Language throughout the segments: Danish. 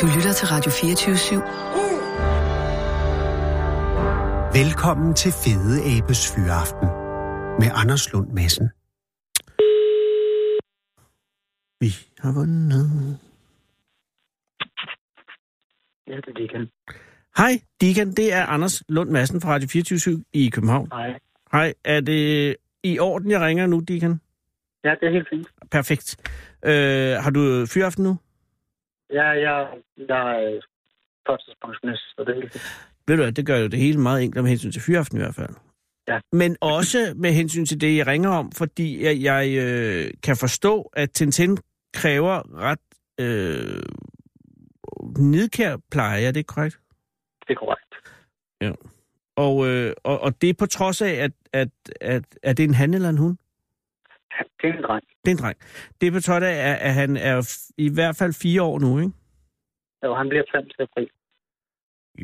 Du lytter til Radio 24-7. Velkommen til Fede Abes Fyraften med Anders Lund Madsen. Vi har vundet. Ja, det er det igen. Hej, Dikan. Det er Anders Lund Madsen fra Radio 24 i København. Nej. Hej, er det i orden, jeg ringer nu, Dikan? Ja, det er helt fint. Perfekt. Øh, har du fyraften nu? Ja, jeg, jeg er førstidspensionist, så det er helt fint. Ved du hvad, det gør jo det hele meget enkelt med hensyn til fyraften i hvert fald. Ja. Men også med hensyn til det, jeg ringer om, fordi jeg, jeg øh, kan forstå, at Tintin kræver ret øh, nidkær pleje, er det ikke korrekt? Det er korrekt. Og, øh, og, og det er på trods af, at, at, at, at det er en han eller en hun? Det er en dreng. Det er en dreng. Det er på trods af, at, at han er f- i hvert fald fire år nu, ikke? Jo, han bliver 5 til april.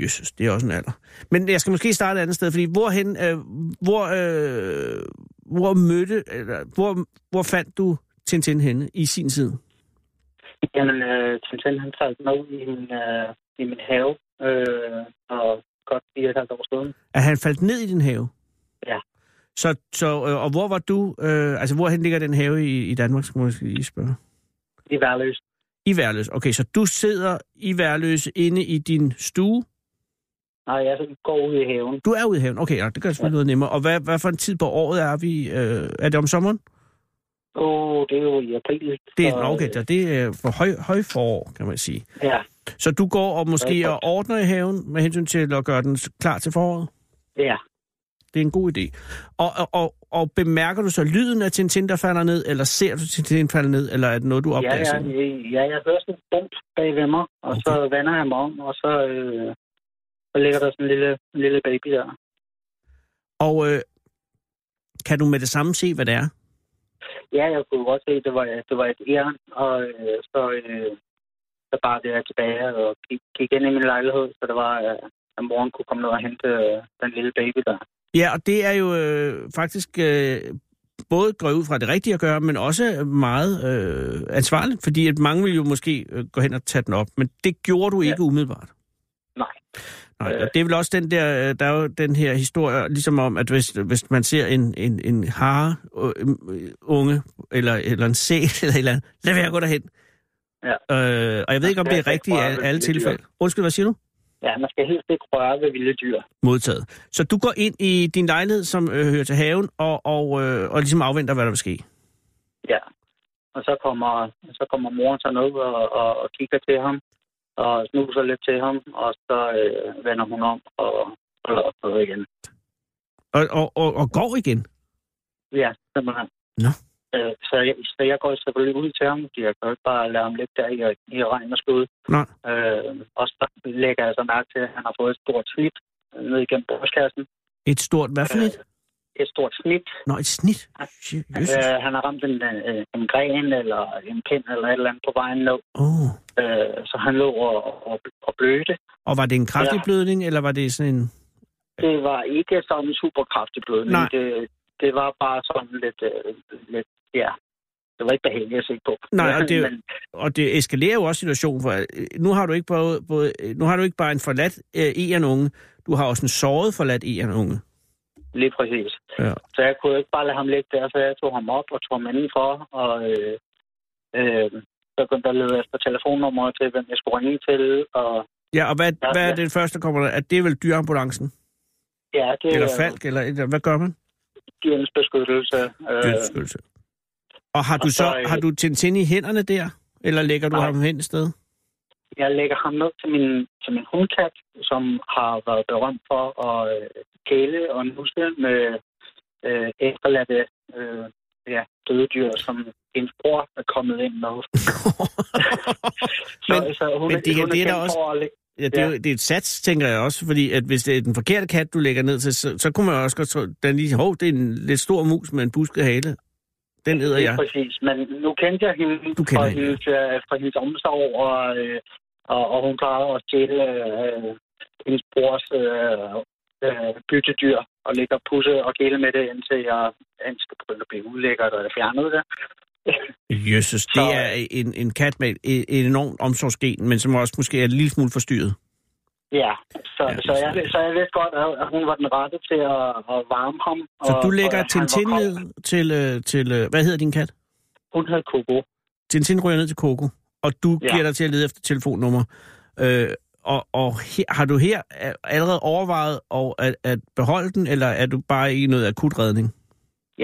Jesus, det er også en alder. Men jeg skal måske starte et andet sted, fordi hvorhen, øh, hvor, øh, hvor mødte, eller hvor, hvor fandt du Tintin henne i sin tid? Jamen, øh, Tintin, han faldt med i min, øh, i min have, øh, og godt 4,5 år siden. At han faldt ned i din have? Ja. Så, så øh, og hvor var du, øh, altså hvorhen ligger den have i, i Danmark, skal man måske lige spørge? I værløs. I Værløs. Okay, så du sidder i Værløs inde i din stue. Nej, jeg så går ud i haven. Du er ude i haven. Okay, ja, det gør selvfølgelig noget nemmere. Og hvad, hvad for en tid på året er vi? Øh, er det om sommeren? Åh, oh, det er jo i april. Det er, så, nå, okay, øh, så det er for høj, højforår, kan man sige. Ja, Så du går og måske og ordner i haven med hensyn til at gøre den klar til foråret? ja. Det er en god idé. Og, og, og, og bemærker du så lyden af Tintin, der falder ned, eller ser du Tintin falde ned, eller er det noget, du Ja, opdager? ja, selv? ja, jeg hører sådan en bump bag ved mig, og okay. så vender jeg mig om, og så, øh, så ligger der sådan en lille, en lille baby der. Og øh, kan du med det samme se, hvad det er? Ja, jeg kunne godt se, det var, det var et æren, og øh, så, øh, så bare det jeg tilbage og gik, gik ind i min lejlighed, så det var, øh, at moren kunne komme ned og hente øh, den lille baby der. Ja, og det er jo øh, faktisk øh, både går jeg ud fra det rigtige at gøre, men også meget øh, ansvarligt, fordi at mange vil jo måske øh, gå hen og tage den op, men det gjorde du Ja. ikke umiddelbart. Nej. Nej, Øh. og det er vel også den der, øh, der er jo den her historie, ligesom om, at hvis, hvis man ser en, en, en hare, øh, øh, unge, eller, eller en sæl, eller et eller andet, lad være at gå derhen. Ja. Øh, og jeg ved ikke, om det Ja, er det er rigtigt i bare alle, ved alle vilde dyr. tilfælde. Undskyld, hvad siger du? Ja, man skal helst ikke røre ved vilde dyr. Modtaget. Så du går ind i din lejlighed, som øh, hører til haven, og, og, øh, og ligesom afventer, hvad der vil ske. Ja. Og så kommer, så kommer moren så ned og, og, og kigger til ham, og snuser lidt til ham, og så øh, vender hun om og holder op på igen. Og, og, og, og går igen. Ja, simpelthen. Nå. Øh, så, jeg, så jeg går selvfølgelig ud til ham, fordi jeg kan jo ikke bare lade ham ligge der i, i regn og skud. Nej. Øh, og så lægger jeg så mærke til, at han har fået et stort snit øh, ned igennem brystkassen. Øh, Et stort, hvad for et? Et stort snit. Nå, et snit. Shit, Jesus. Øh, han har ramt en, øh, en gren eller en pind eller et eller andet på vejen ned. Oh. Øh, så han lå og, og, og blødte. Og var det en kraftig Ja. blødning, eller var det sådan en... Det var ikke sådan en super kraftig blødning. Nej. Det, det var bare sådan lidt, øh, lidt, ja, det var ikke behageligt at se på. Nej, og det- Men, Og det eskalerer jo også situationen, for øh, nu har du ikke både, både, øh, nu har du ikke bare en forladt øh, en unge, du har også en såret forladt en unge. Lige præcis. Ja. Så jeg kunne jo ikke bare lade ham ligge der, så jeg tog ham op og tog ham indenfor, og øh, øh, så begyndte jeg at lede efter telefonnummer til, hvem jeg skulle ringe til, og Ja, og hvad, Ja, hvad er ja. det første, der kommer der? Er det vel dyreambulancen? ja, det Eller er falk? Eller, et eller, hvad gør man? dyrenes beskyttelse. Øh, Dyrbeskyttelse. Og har og du så, så øh, har du Tintin i hænderne der? Eller lægger du Nej. ham hen et sted? jeg lægger ham ned til min, til min hundkat, som har været berømt for at øh, kæle og nusse med øh, efterladte øh, ja, døde dyr, som en bror er kommet ind med. Så, Men- så hun, men det- hun det er kendt der også- for at lægge Ja, det er, jo, det er et sats, tænker jeg også, fordi at hvis det er den forkerte kat, du lægger ned til, så, så kunne man jo også godt tro, den lige, hov, det er en lidt stor mus med en busket hale. Den æder Lige jeg. præcis, men nu kendte jeg hende Du kender fra, hende, hendes, øh, fra hendes omsorg, og, øh, og, og hun plejede at stjæle øh, hendes brors øh, øh, byttedyr og ligge og pusse og gæle med det, indtil jeg, indtil det begyndte at blive ulækkert, og jeg fjernede det. Jesus, det Så- er en, en kat med et, et enormt omsorgsgen, men som også måske er en lille smule forstyrret. Ja, så, Ja, ja, så, jeg, så jeg vidste godt, at- at hun var den rette til at, at varme ham. Så og- du og lægger at han var Tintin kold. ned til, øh, til øh, hvad hedder din kat? Hun hed Coco. Tintin ryger ned til Coco, og du Ja. giver dig til at lede efter telefonnummer. Øh, og og her, har du her øh, allerede overvejet og at, at beholde den, eller er du bare i noget akut redning?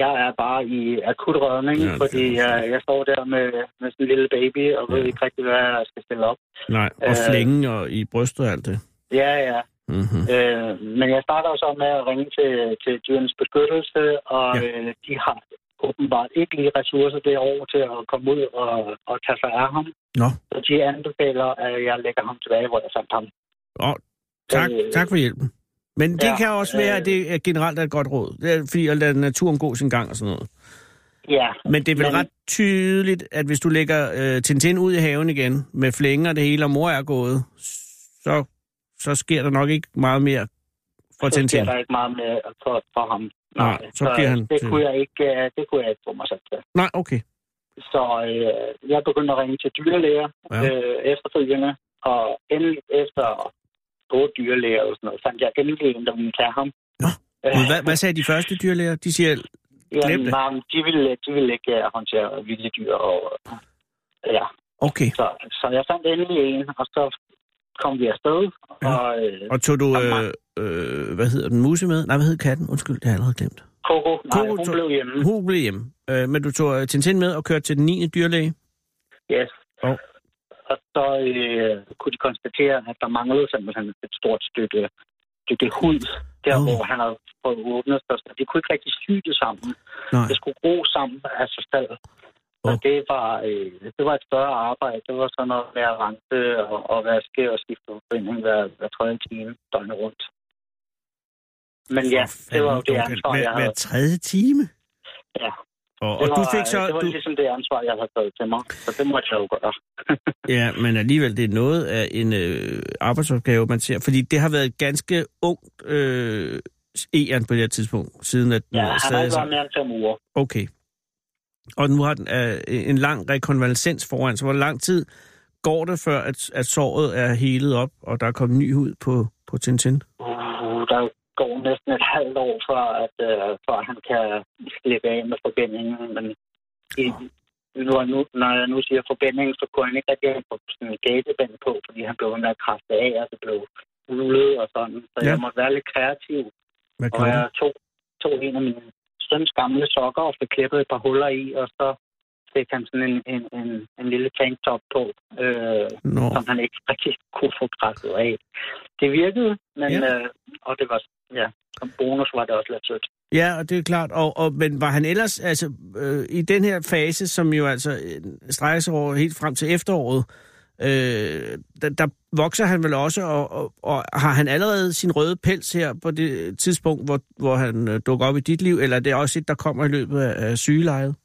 Jeg er bare i akut redning, Ja, ja, det fordi kan jeg jeg, jeg står der med, med sådan en lille baby, og ved Ja. ikke rigtig, hvad jeg skal stille op. Nej, og Øh. flænge og i brystet og alt det. Ja, ja. Mm-hmm. Øh, men jeg starter jo så med at ringe til, til dyrenes beskyttelse, og Ja. ja. øh, de har åbenbart ikke lige ressourcer derovre til at komme ud og, og tage sig af ham. Nå. Så de anbefaler, at jeg lægger ham tilbage, hvor jeg fandt ham. Og tak, Øh. tak for hjælpen. Men det ja, Ja, kan også være, at det er generelt er et godt råd, Det er, fordi at lade naturen gå sin gang og sådan noget. Ja, Men det er vel Men- ret tydeligt, at hvis du lægger øh, Tintin ud i haven igen med flænger og det hele, og mor er gået, så, så sker der nok ikke meget mere for så Tintin. sker der ikke meget med for, for ham. Nej, så bliver han det til- kunne, jeg ikke, øh, det kunne jeg ikke få mig selv til. Nej, okay. Så øh, jeg begyndte at ringe til dyrlæger Ja. ja. øh, efterfølgende, og endelig efter otte dyrlæger og sådan noget, fandt jeg endelig en, der ville tage ham. Nå, Øh, Men hvad, hvad sagde de første dyrlæger? De siger, Glem jamen, det. nej, men de ville, de ville ikke øh, håndtere vilde dyr. Og, øh, ja, okay. så, så jeg fandt endelig en, og så kom vi afsted. Ja. Ja. Og øh, Og tog du, øh, Jamen. øh, hvad hedder den, muse med? Nej, hvad hed katten? Undskyld, det har jeg allerede glemt. Coco, nej, Coco hun tog- blev hjemme. Hun blev hjemme, øh, men du tog øh, Tintin med og kørte til den 9. dyrlæge. Yes. Og? Og så øh, kunne de konstatere, at der manglede simpelthen et stort stykke, stykke hud, der Nå. oh. hvor han havde fået åbnet sig. Så de kunne ikke rigtig sy det sammen. Nej, Det skulle gro sammen af sig selv. Og Åh. det var, øh, det var et større arbejde. Det var sådan noget med at rense og, og vaske og skifte forbinding hver, hver tredje time døgnet rundt. Men ja, For det var jo fanden, det Duncan. ansvar, hver, jeg havde. hver tredje time? Ja. Og, og Det du var, fik så... det var du, ligesom det ansvar, jeg havde taget til mig. Så det måtte jeg jo gøre. Ja, men alligevel, det er noget af en øh, arbejdsopgave, man ser. Fordi det har været et ganske ungt øh, æren på det her tidspunkt, siden at den Ja, er han har stadig ikke været sammen. mere end fem uger. Okay. Og nu har den øh, en lang rekonvalescens foran, så hvor lang tid går det, før at, at såret er helet op, og der er kommet ny hud på, på Tintin? Uh, der går næsten et halvt år, før, at, øh, før han kan slippe af med forbindingen. Men i, nu, nu, når jeg nu siger forbindingen, så kunne han ikke rigtig have fået sådan en gateband på, fordi han blev ved med at krasse af, og det blev ulet og sådan. Så Ja. ja. jeg måtte være lidt kreativ. Hvad Og gjorde jeg det? tog, tog en af min søns gamle sokker og fik klippet et par huller i, og så fik han sådan en, en, en, en lille tanktop på. Øh, Nå. som han ikke rigtig kunne få presset af. Det virkede, men, Ja. ja. øh, og det var, ja, som bonus var det også lidt sødt. Ja, og det er klart. Og, og, men var han ellers, altså øh, i den her fase, som jo altså øh, strækker sig over helt frem til efteråret, øh, der, der vokser han vel også, og, og, og har han allerede sin røde pels her på det tidspunkt, hvor, hvor han øh, dukker op i dit liv, eller er det også et, der kommer i løbet af, af sygelejet?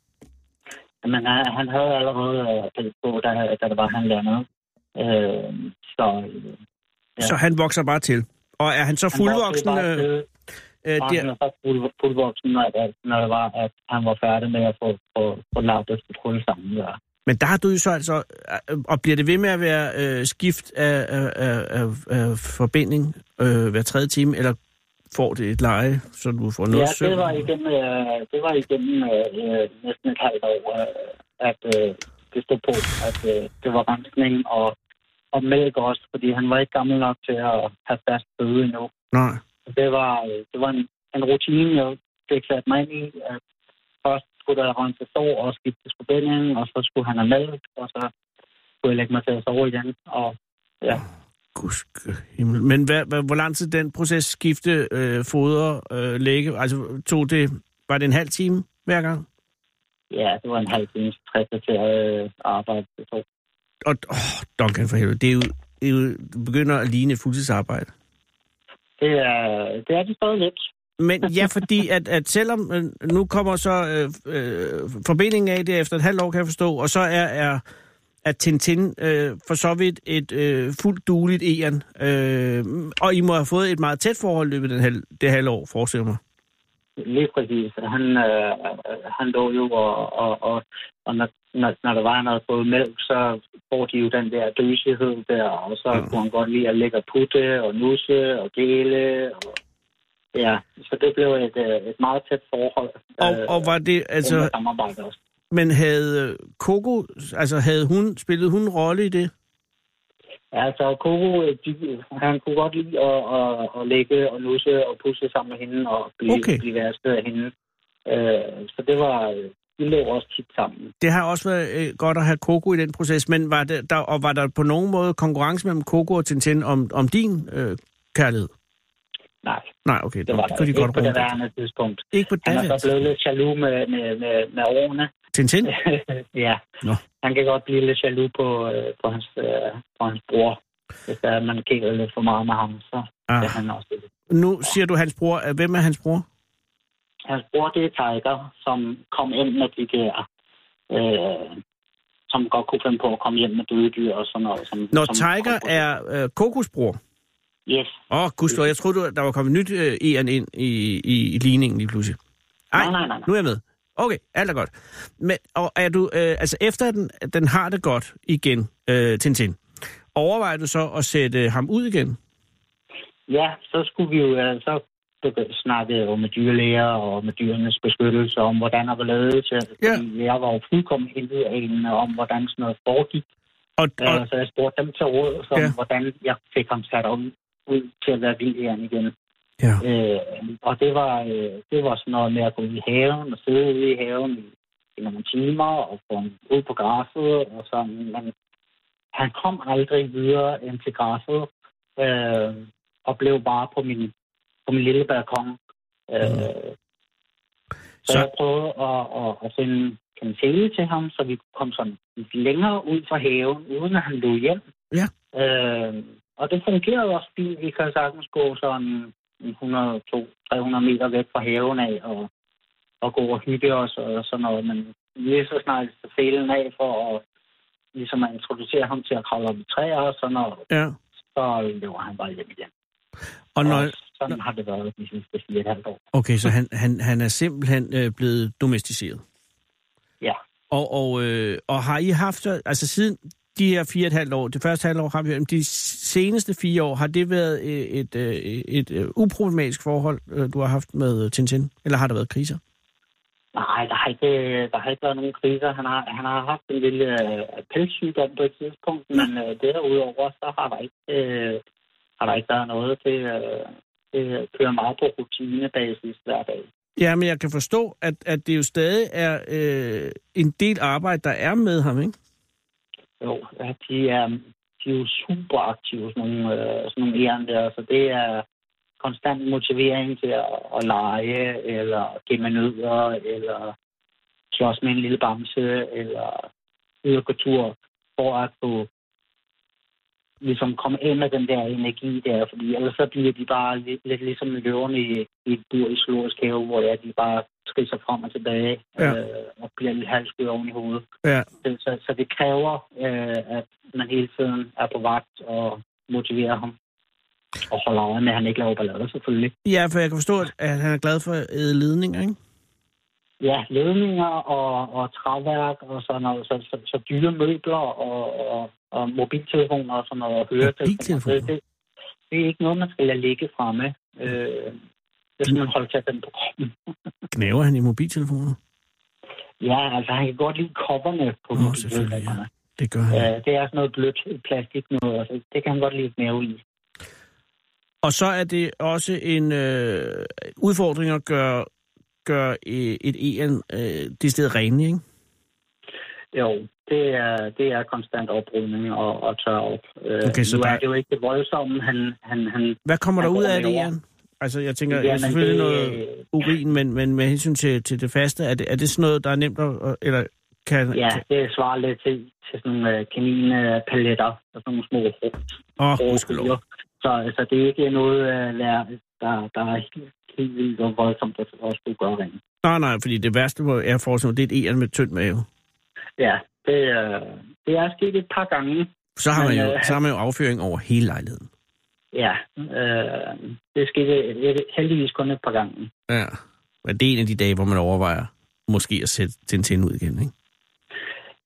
Men han, han havde allerede øh, pels på, da, da det var, han landede. Øh, så øh, Ja. Ja. Så han vokser bare til. Og er han så han fuldvoksen? voksede bare øh, til- øh, bare Han der? var så fuld- fuldvoksen, når, at- når det var, at han var færdig med at få, få, få lavet sit hul sammen. Ja. Men der har du jo så altså, øh, og bliver det ved med at være øh, skift af, af, af, af, af forbinding øh, hver tredje time, eller får det et leje, så du får noget Ja, søvn? det var igennem, øh, det var igennem øh, øh, næsten et halvt år, øh, at øh, det stod på, at øh, det var rensning og, og mælk også, fordi han var ikke gammel nok til at have fast føde endnu. Nej. Det var, øh, det var en, en rutine, jeg fik sat mig ind i, at først skulle der rense sår og skifte forbinding, og så skulle han have mælk, og så skulle jeg lægge mig til at sove igen. Og Gudske himmel. Men hvad, hvad, hvor lang tid den proces skifte øh, foder, øh, lægge, altså tog det, var det en halv time hver gang? ja, det var en halv times præsteret øh, arbejde. Det tog. Og, åh, Duncan for helvede, det er jo, det er jo det begynder at ligne et fuldtidsarbejde. Det er, det er det stadig lidt. Men ja, fordi at, at selvom øh, nu kommer så øh, øh, forbindingen af det efter et halvt år, kan jeg forstå, og så er, er at Tintin øh, for så vidt et øh, fuldt dueligt æren, øh, og I må have fået et meget tæt forhold i løbet af den halv, det halve år, forestiller jeg mig. Lige præcis. Han, øh, han lå jo, og, og, og, og når, når, når der var noget både mælk, så får de jo den der døsighed der, og så Ja. ja. kunne han godt lide at lægge og putte og nusse og gæle. Og, ja, så det blev et, øh, et meget tæt forhold. Øh, Og, og var det, altså, altså... samarbejde også. men havde øh, Coco, altså havde hun, spillede hun en rolle i det? Ja, så Koko, øh, de, han kunne godt lide at, at, at lægge og nusse og pusse sammen med hende og blive, Okay. okay. blive værsted af hende. Øh, så det var, øh, de lå også tit sammen. Det har også været øh, godt at have Coco i den proces, men var det, der, og var der på nogen måde konkurrence mellem Coco og Tintin om, om din øh, kærlighed? Nej, Nej, okay, det, det var det kunne de ikke godt på det rumme. værende tidspunkt. Ikke på Han er så det. blevet lidt jaloux med, med, med, med årene. Tintin? ja, Nå. han kan godt blive lidt jaloux på, øh, på, hans, øh, på hans bror. Hvis der, er, man kigger lidt for meget med ham, så ah. Ah. kan han også det. Nu siger du hans bror. Øh, Hvem er hans bror? Hans bror, det er Tiger, som kom ind med de der... Øh, som godt kunne finde på at komme hjem med døde dyr og sådan noget. Som, Når som Tiger kom på- er øh, Kokos bror. Yes. Åh, oh, gudskelov, jeg troede, du- der var kommet nyt øh, E'eren ind i, i, i ligningen lige pludselig. Ej, Nej, nej, nej, nej. nu er jeg med. Okay, alt er godt. Men, og er du, øh, altså efter den, den har det godt igen, øh, Tintin, overvejer du så at sætte ham ud igen? Ja, så skulle vi jo... Øh, så begy- snakkede jeg jo med dyrlæger og med dyrenes beskyttelse om, hvordan og hvorledes. Ja. Ja. Jeg var jo fuldkommen helvedanende om, hvordan sådan noget foregik. Og, og, Øh, så jeg spurgte dem til råd, som, Ja. ja. hvordan jeg fik ham sat om ud til at være vildjern igen. ja. Øh, og det var, øh, det var sådan noget med at gå ud i haven og sidde ude i haven i, i nogle timer og få ham ud på græsset og sådan. Men han kom aldrig videre end til græsset øh, og blev bare på min, på min lille balkon. Øh, så, Mm. Så- så jeg prøvede at, at, at finde en fælde til ham, så vi kunne komme sådan længere ud fra haven, uden at han løb hjem. Ja. Øh, og det fungerede også fint. Vi kan sagtens gå sådan 100-300 meter væk fra haven af og, og gå og hygge os og sådan noget. Men lige så snart jeg tager fælen af for at, ligesom at introducere ham til at kravle op i træer og sådan noget, ja. så løber han bare hjem igen. Og når, Og sådan har det været de sidste fire og et halvt år. okay, så han, han, han er simpelthen øh, blevet domesticeret. Ja. Og, og, øh, og har I haft, altså siden de her fire og et halvt år, det første halvår har vi hørt, men de seneste fire år, har det været øh, et, øh, et, et uproblematisk forhold, øh, du har haft med øh, Tintin? Eller har der været kriser? Nej, der har ikke, der har ikke været nogen kriser. Han har, han har haft en lille øh, pelssygdom på et tidspunkt, men øh, derudover så har der ikke, øh, har der ikke været noget. Det, øh, det kører meget på rutinebasis hver dag. Ja, men jeg kan forstå, at, at det jo stadig er øh, en del arbejde, der er med ham, ikke? Jo, ja, de er, de er jo super aktive, sådan nogle, øh, sådan nogle æren der. Så det er konstant motivering til at, at lege, eller gemme nødder, eller slås med en lille bamse, eller ud og gå tur, for at få ligesom komme ind med den der energi der, fordi ellers så bliver de bare lidt, lidt ligesom løverne i, i et bur i zoologisk have, hvor ja, de bare trisser frem og tilbage, Ja. øh, og bliver lidt halvskød oven i hovedet. Ja. Så, så, så det kræver, øh, at man hele tiden er på vagt og motiverer ham. Og holder øje med, at han ikke laver ballader, selvfølgelig. Ja, for jeg kan forstå, at- at han er glad for øh, ledninger, ikke? Ja, ledninger og, og træværk og sådan noget. Så, så, så dyre møbler og, og, og mobiltelefoner og sådan noget. Og høretelefoner. Mobiltelefoner? Det, det, det er ikke noget, man skal lade ligge fremme. Øh, det skal man holde til den på kroppen. Knæver han i mobiltelefoner? Ja, altså han kan godt lide kopperne på Nå, selvfølgelig, mobiltelefonerne. Det gør han. Øh, det er sådan noget blødt plastik noget. og Det det kan han godt lide mave i. Og så er det også en øh, udfordring at gøre, gøre øh, et EN øh, det sted rene, ikke? Jo, det er, det er konstant oprydning og, og tør op. Øh, Okay, så nu der- er det jo ikke det voldsomme, han... han, han Hvad kommer der Han ud går af det, med jorden. Jan? Altså, jeg tænker Jamen, Jamen, selvfølgelig det- noget urin, men, men med hensyn til, til det faste, er det, er det sådan noget, der er nemt at... at- Eller kan, ja, kan- det svarer lidt til, til sådan nogle øh, kaninpaletter og sådan nogle små Åh, gudskelov. rådyr. Så, så det er ikke noget, øh, der, der, der er helt, helt vildt og voldsomt at at skulle gøre rent. Nej, nej, fordi det værste hvor jeg foreslår, det er et EN med tynd mave. Ja, det, øh, det er sket et par gange. Så har, man Men, jo, øh, så har man jo afføring over hele lejligheden. øh, Ja, øh, det skete heldigvis kun et par gange. Ja. Men det er en af de dage, hvor man overvejer måske at sætte Tintin ud igen, ikke?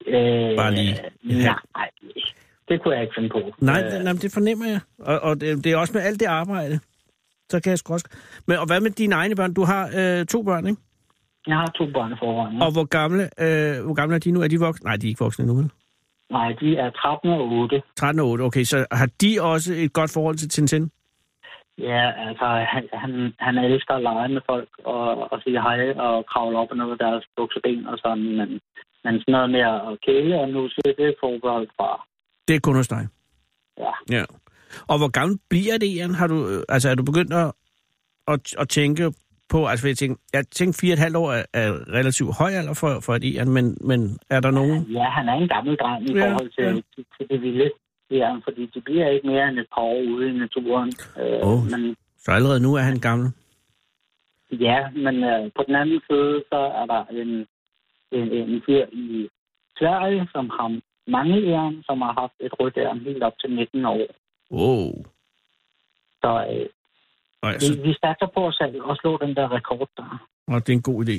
Øh, Bare lige et halvt. Nej, det kunne jeg ikke finde på. Nej, Øh, øh. nej men det fornemmer jeg. Og, og det, det er også med alt det arbejde. Så kan jeg sgu også... Men og hvad med dine egne børn? Du har øh, to børn, ikke? Jeg har to børn i forvejen. Og hvor gamle, øh, hvor gamle er de nu? Er de voksne? Nej, de er ikke voksne nu, vel? Nej, de er 13 og 8. 13 og 8. Okay, så har de også et godt forhold til Tintin? Ja, altså, han, han, han elsker at lege med folk og, og sige hej og kravle op og noget af deres bukseben og sådan, men, men sådan noget med at kæle og nu siger det er forbeholdt fra. Det er kun hos dig. Ja. ja. Og hvor gammel bliver det, Jan? Har du, øh, altså, er du begyndt at, at, at tænke på... Altså, for jeg tænker, jeg tænker fire og et halvt år er, er relativt høj alder for, for et Jan, men, men er der nogen... Ja, han er en gammel dreng i Ja, ja, forhold til, ja. ja. til, til det vilde. Ja, fordi de bliver ikke mere end et par år ude i naturen. Øh, Åh. Men Så allerede nu er han gammel. ja, men øh, på den anden side, så er der en, en, en fyr i Sverige, som har mange æren, som har haft et rødt æren helt op til 19 år. Wow. Så øh, Og, jeg Vi, synes, vi satser på at sal- og slå den der rekord der. og det er en god idé.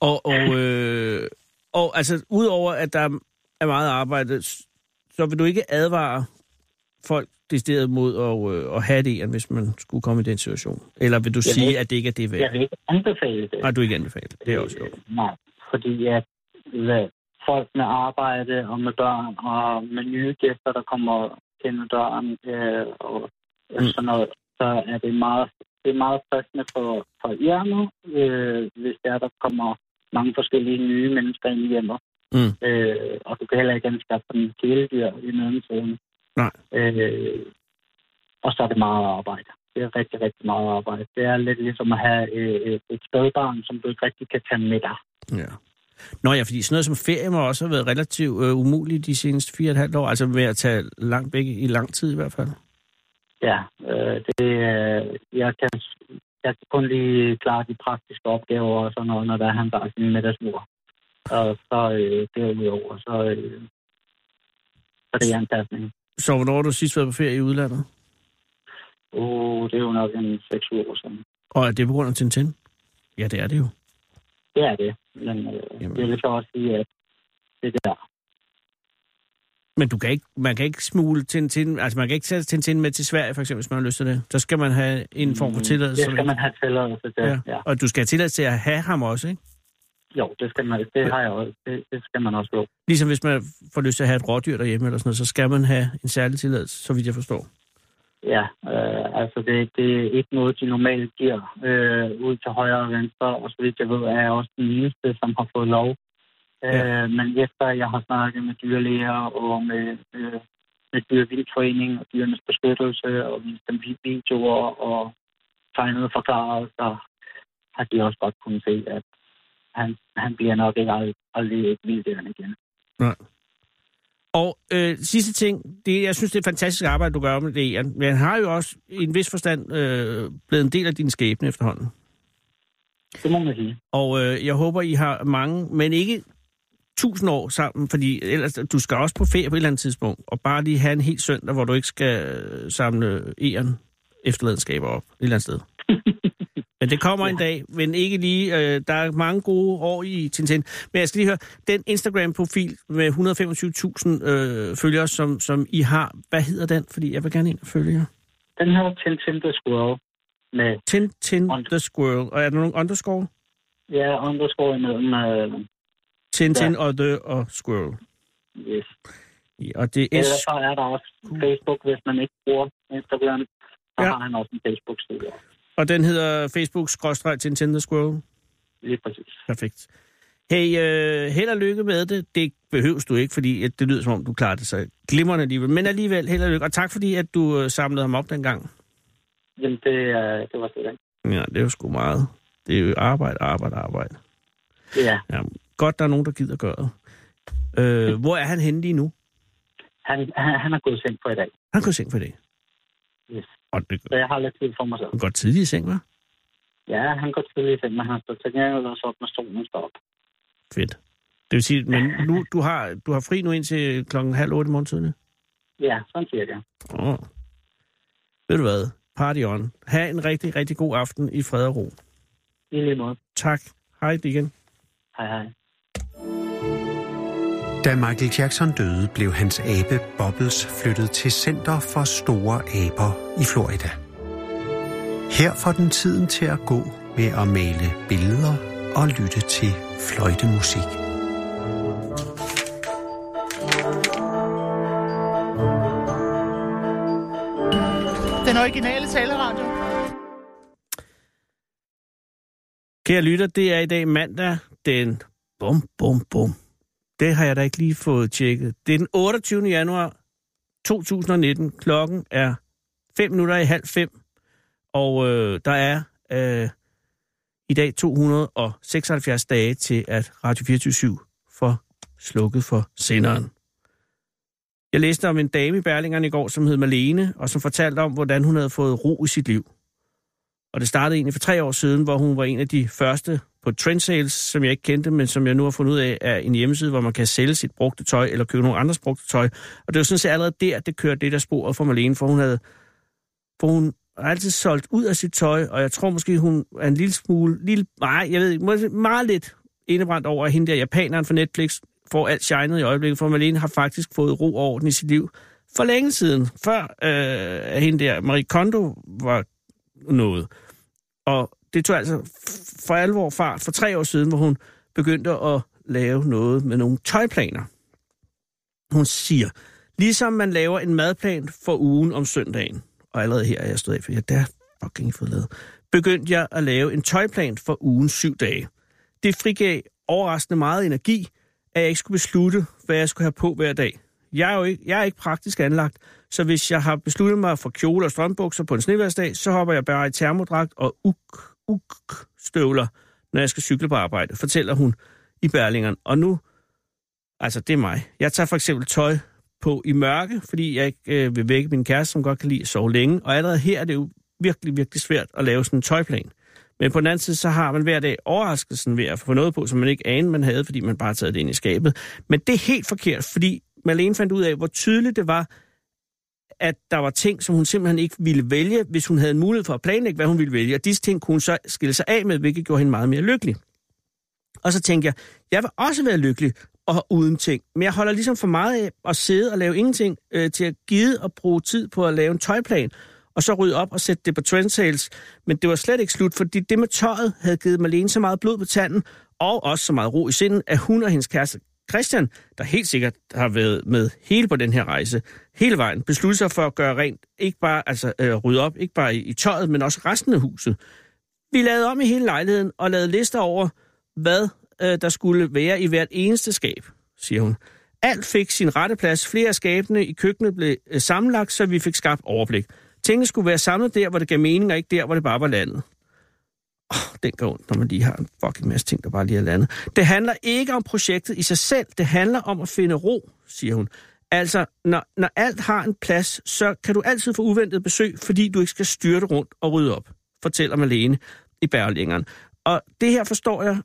Og, og, øh, og altså, udover at der er meget arbejde, s- så vil du ikke advare folk decideret mod at, øh, at have det, hvis man skulle komme i den situation? Eller vil du Jeg sige, vil- at det ikke er det værd? Jeg vil ikke anbefale det. Nej, du vil ikke anbefale det. Det er også jo. Øh, Nej, fordi at hvad, folk med arbejde og med børn og med nye gæster, der kommer ind ad døren øh, og Mm. mm. sådan noget, så er det meget, det er meget stressende for, for jer nu, øh, hvis der, der kommer mange forskellige nye mennesker ind i hjemmet. Mm. Øh, og du kan heller ikke anskaffe en kæledyr i mellemtiden. Nej. Øh, og så er det meget arbejde. Det er rigtig, rigtig meget arbejde. Det er lidt ligesom at have øh, et- et spædbarn, som du ikke rigtig kan tage med dig. Ja. Nå ja, fordi sådan noget som ferie må også have været relativt øh, umuligt de seneste fire og et halvt år, altså med at tage langt væk i lang tid i hvert fald. Ja, øh, det, øh, jeg, kan, jeg kan kun lige klare de praktiske opgaver og sådan noget, når der er han bare sin middagsmor. Og så øh, derudover, så, øh, så det er antasning. Så hvornår har du sidst været på ferie i udlandet? Uh, det er jo nok en 6 år siden. Og er det på grund af Tintin? Ja, det er det jo. Det er det. Men øh, Jamen. det vil så også sige, at det der. Men du kan ikke, man kan ikke smule Tintin, altså man kan ikke tage Tintin med til Sverige, for eksempel, hvis man har lyst til det. Så skal man have en form for tilladelse. Mm, Det skal man have tilladelse til. Ja. ja. Og du skal have tilladelse til at have ham også, ikke? Jo, det skal man. Det har jeg også. Det, det skal man også jo. Ligesom hvis man får lyst til at have et rådyr derhjemme eller sådan noget, så skal man have en særlig tilladelse, så vidt jeg forstår. Ja, øh, altså det, det er ikke noget, de normalt giver øh, ud til højre og venstre, og så vidt jeg ved, er jeg også den eneste, som har fået lov. Ja. Øh, men efter jeg har snakket med dyrlæger og med, øh, med dyrevildforening og dyrenes beskyttelse, og vist dem vi- videoer og tegnet forklaret, så har de også godt kunnet se, at han, han bliver nok ikke ald- aldrig et vildbjørn igen. Og øh, sidste ting, det, jeg synes, det er fantastisk arbejde, du gør med det, Jan. Men han har jo også i en vis forstand øh, blevet en del af din skæbne efterhånden. Det må man sige. Og øh, jeg håber, I har mange, men ikke tusind år sammen, fordi ellers, du skal også på ferie på et eller andet tidspunkt, og bare lige have en helt søndag, hvor du ikke skal øh, samle æren efterladenskaber op et eller andet sted. Men det kommer en dag, men ikke lige. Øh, der er mange gode år i Tintin. Men jeg skal lige høre, den Instagram-profil med 125.000 øh, følgere, som, som I har, hvad hedder den? Fordi jeg vil gerne ind og følge jer. Den her Tintin the Squirrel med Tintin Und- the Squirrel. Og er der nogen underscore? ja, underscore imellem øh, Tintin Ja. og the og Squirrel. Yes. Ja, og det er Ellers så er der også Facebook, hvis man ikke bruger Instagram. Så Ja. ja. har han også en Facebook-side. ja. Og den hedder facebook Nintendo Squirrel. Lige præcis. Perfekt. Hey, øh, held og lykke med det. Det behøves du ikke, fordi at det lyder som om, du klarer det så glimrende alligevel. Men alligevel, held og lykke. Og tak fordi, at du øh, samlede ham op dengang. Jamen, det, øh, det var sådan. Ja, det er jo sgu meget. Det er jo arbejde, arbejde, arbejde. Ja, Ja, godt, der er nogen, der gider gøre det. Øh, hvor er han henne lige nu? han, han, han er gået sent på i dag. Han går i seng for det. Yes. Og det Så jeg har lidt tid for mig selv. han går tidligt i seng, hva'? Ja, han går tidligt i seng, men han står til gengæld også op, når solen står op. Fedt. Det vil sige, men nu, du, har, du har fri nu indtil klokken halv otte i morgen tidlig? Ja, sådan cirka. Oh. Ved du hvad? Party on. Ha' en rigtig, rigtig god aften i fred og ro. I lige måde. Tak. Hej igen. Hej, hej. Da Michael Jackson døde, blev hans abe Bobbles flyttet til Center for Store Aber i Florida. Her får den tiden til at gå med at male billeder og lytte til fløjtemusik. Den originale taleradio. Kære lytter, det er i dag mandag den... Bum, bum, bum. Det har jeg da ikke lige fået tjekket. Det er den 28. januar 2019. Klokken er 5 minutter i halv fem. Og øh, der er øh, i dag 276 dage til, at Radio 24 får slukket for senderen. Jeg læste om en dame i Berlingerne i går, som hed Malene, og som fortalte om, hvordan hun havde fået ro i sit liv. Og det startede egentlig for tre år siden, hvor hun var en af de første på Trendsales, som jeg ikke kendte, men som jeg nu har fundet ud af, er en hjemmeside, hvor man kan sælge sit brugte tøj, eller købe nogle andres brugte tøj. Og det var sådan set allerede der, det kørte det der sporet for Malene, for hun havde for hun har altid solgt ud af sit tøj, og jeg tror måske, hun er en lille smule, lille, nej, jeg ved ikke, måske meget lidt indebrændt over, at hende der japaneren fra Netflix får alt shinet i øjeblikket, for Malene har faktisk fået ro og orden i sit liv for længe siden, før øh, at hende der Marie Kondo var noget. Og det tog altså f- for alvor fart for tre år siden, hvor hun begyndte at lave noget med nogle tøjplaner. Hun siger, ligesom man laver en madplan for ugen om søndagen, og allerede her er jeg stået af, for jeg der fucking ikke fået lavet, begyndte jeg at lave en tøjplan for ugen syv dage. Det frigav overraskende meget energi, at jeg ikke skulle beslutte, hvad jeg skulle have på hver dag. Jeg er jo ikke, jeg er ikke praktisk anlagt, så hvis jeg har besluttet mig for kjole og strømbukser på en sneværsdag, så hopper jeg bare i termodragt og uk, uk støvler, når jeg skal cykle på arbejde, fortæller hun i Berlingeren. Og nu, altså det er mig. Jeg tager for eksempel tøj på i mørke, fordi jeg ikke øh, vil vække min kæreste, som godt kan lide at sove længe. Og allerede her er det jo virkelig, virkelig svært at lave sådan en tøjplan. Men på den anden side, så har man hver dag overraskelsen ved at få noget på, som man ikke anede, man havde, fordi man bare har taget det ind i skabet. Men det er helt forkert, fordi Malene fandt ud af, hvor tydeligt det var, at der var ting, som hun simpelthen ikke ville vælge, hvis hun havde en mulighed for at planlægge, hvad hun ville vælge. Og disse ting kunne hun så skille sig af med, hvilket gjorde hende meget mere lykkelig. Og så tænkte jeg, jeg vil også være lykkelig og uden ting. Men jeg holder ligesom for meget af at sidde og lave ingenting, øh, til at gide og bruge tid på at lave en tøjplan, og så rydde op og sætte det på trendsales. Men det var slet ikke slut, fordi det med tøjet havde givet Malene så meget blod på tanden, og også så meget ro i sinden, at hun og hendes kæreste Christian, der helt sikkert har været med hele på den her rejse, hele vejen, besluttede sig for at gøre rent, ikke bare altså, øh, rydde op, ikke bare i, i tøjet, men også resten af huset. Vi lavede om i hele lejligheden og lavede lister over, hvad øh, der skulle være i hvert eneste skab, siger hun. Alt fik sin rette plads. Flere af skabene i køkkenet blev øh, sammenlagt, så vi fik skabt overblik. Tingene skulle være samlet der, hvor det gav mening, og ikke der, hvor det bare var landet. Oh, den går ondt, når man lige har en fucking masse ting, der bare lige er landet. Det handler ikke om projektet i sig selv. Det handler om at finde ro, siger hun. Altså, når, når alt har en plads, så kan du altid få uventet besøg, fordi du ikke skal styrte rundt og rydde op, fortæller Malene i Berlingeren. Og det her forstår jeg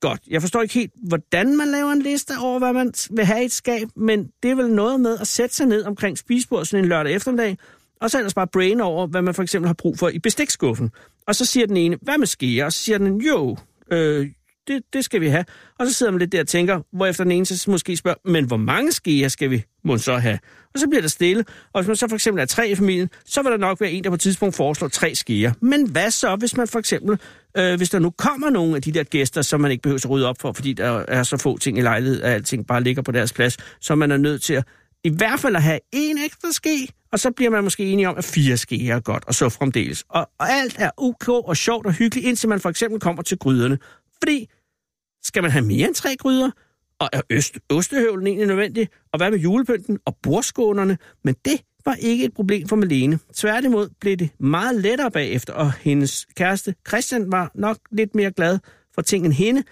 godt. Jeg forstår ikke helt, hvordan man laver en liste over, hvad man vil have i et skab, men det er vel noget med at sætte sig ned omkring spisebordet sådan en lørdag eftermiddag, og så ellers bare brain over, hvad man for eksempel har brug for i bestikskuffen. Og så siger den ene, hvad med skeer? Og så siger den anden, jo, øh, det, det skal vi have. Og så sidder man lidt der og tænker, hvorefter den ene så måske spørger, men hvor mange skeer skal vi må så have? Og så bliver der stille, og hvis man så for eksempel er tre i familien, så vil der nok være en, der på et tidspunkt foreslår tre skeer. Men hvad så, hvis man for eksempel, øh, hvis der nu kommer nogle af de der gæster, som man ikke behøver at rydde op for, fordi der er så få ting i lejligheden, at alting bare ligger på deres plads, så man er nødt til at i hvert fald at have en ekstra ske, og så bliver man måske enige om, at fire skeer er godt, og så fremdeles. Og, og alt er ok og sjovt og hyggeligt, indtil man for eksempel kommer til gryderne. Fordi skal man have mere end tre gryder? Og er øst, ostehøvlen egentlig nødvendig? Og hvad med julepynten og bordskånerne? Men det var ikke et problem for Malene. Tværtimod blev det meget lettere bagefter, og hendes kæreste Christian var nok lidt mere glad for ting end hende,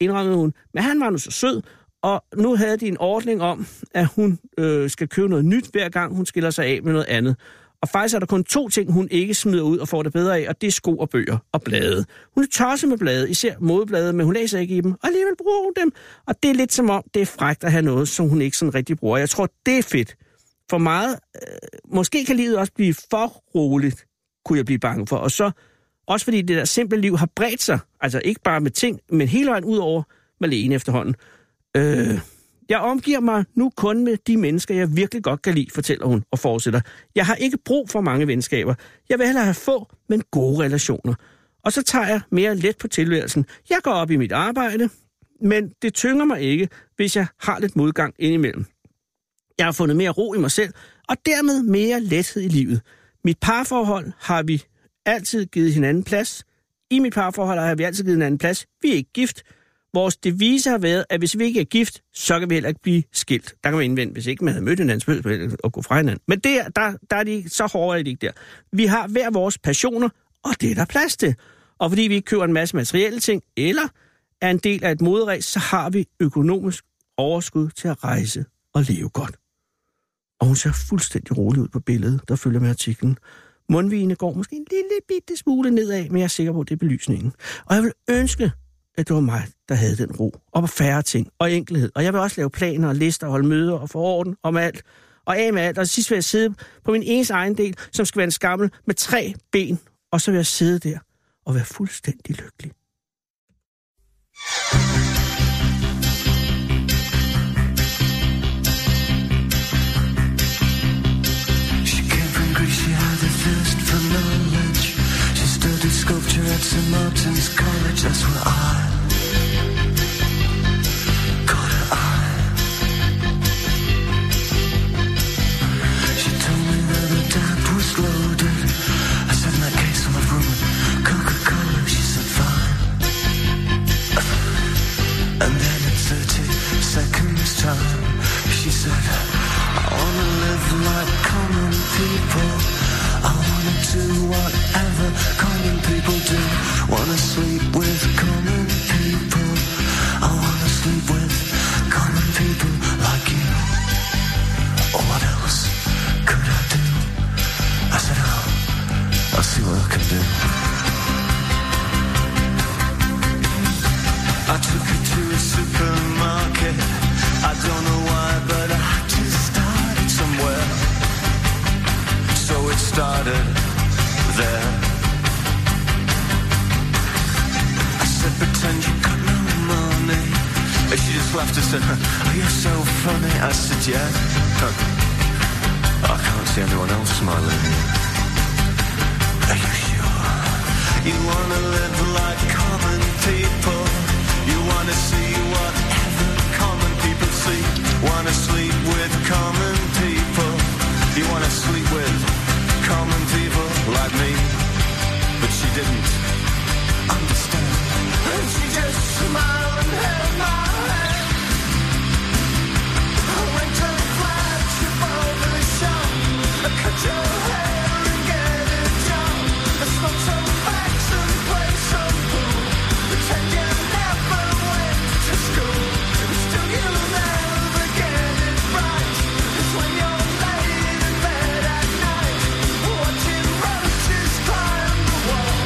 indrømmede hun. Men han var nu så sød, og nu havde de en ordning om, at hun øh, skal købe noget nyt, hver gang hun skiller sig af med noget andet. Og faktisk er der kun to ting, hun ikke smider ud og får det bedre af, og det er sko og bøger og blade. Hun er tosset med blade, især modeblade, men hun læser ikke i dem, og alligevel bruger hun dem. Og det er lidt som om, det er frægt at have noget, som hun ikke sådan rigtig bruger. Jeg tror, det er fedt. For meget, øh, måske kan livet også blive for roligt, kunne jeg blive bange for. Og så Også fordi det der simple liv har bredt sig. Altså ikke bare med ting, men hele vejen ud over Malene efterhånden. Øh, jeg omgiver mig nu kun med de mennesker, jeg virkelig godt kan lide, fortæller hun og fortsætter. Jeg har ikke brug for mange venskaber. Jeg vil hellere have få, men gode relationer. Og så tager jeg mere let på tilværelsen. Jeg går op i mit arbejde, men det tynger mig ikke, hvis jeg har lidt modgang indimellem. Jeg har fundet mere ro i mig selv, og dermed mere lethed i livet. Mit parforhold har vi altid givet hinanden plads. I mit parforhold har vi altid givet hinanden plads. Vi er ikke gift. Vores devise har været, at hvis vi ikke er gift, så kan vi heller ikke blive skilt. Der kan man indvende, hvis ikke man havde mødt hinanden, så ville man heller ikke at gå fra hinanden. Men der, der, der er de ikke, så hårde er de ikke der. Vi har hver vores passioner, og det er der plads til. Og fordi vi ikke køber en masse materielle ting, eller er en del af et moderæs, så har vi økonomisk overskud til at rejse og leve godt. Og hun ser fuldstændig rolig ud på billedet, der følger med artiklen. Mundvigene går måske en lille bitte smule nedad, men jeg er sikker på, at det er belysningen. Og jeg vil ønske, at det var mig, der havde den ro. Og på færre ting og enkelhed. Og jeg vil også lave planer og lister og holde møder og få orden om alt. Og af med alt. Og sidst vil jeg sidde på min ens egen del, som skal være en skammel med tre ben. Og så vil jeg sidde der og være fuldstændig lykkelig. She came from Greece, she had a thirst for knowledge. She studied sculpture at St. Martin's College, that's where I caught her eye. She told me that her dad was loaded. I said, in that case, I'm a rum and Coca-Cola. She said, fine. And then in 30 seconds time, she said, I wanna live like common people. I wanna do whatever common people do. Wanna sleep with common people. I wanna sleep with common people like you. What else could I do? I said, oh, I'll see what I can do. I took her to a supermarket. I don't know why, but I just started somewhere. So it started there. I said, pretend you got no money. And she just laughed and said, huh, oh, you're so funny. I said, yeah. Huh. I can't see anyone else smiling. Are you sure? You wanna live like common people. You wanna see whatever common people see. Wanna sleep with common people. You wanna sleep with common people like me. But she didn't understand. And she just smiled and held my hand. I went to flash you over the shop. I cut your hair and get a job. I smoked some fax and played some pool. Pretend you never went to school. And still you'll never get it right. It's when you're laying in bed at night, watching roaches climb the wall.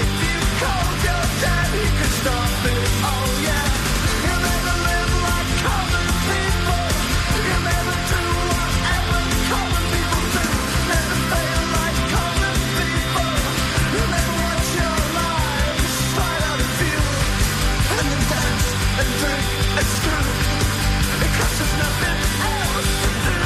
If you called your dad, he could stop it. Oh yeah. You'll never live like common people. You'll never do whatever common people do. Never fail like common people. You'll never watch your lives slide out of view. And then dance and drink and screw. Because there's nothing else to do.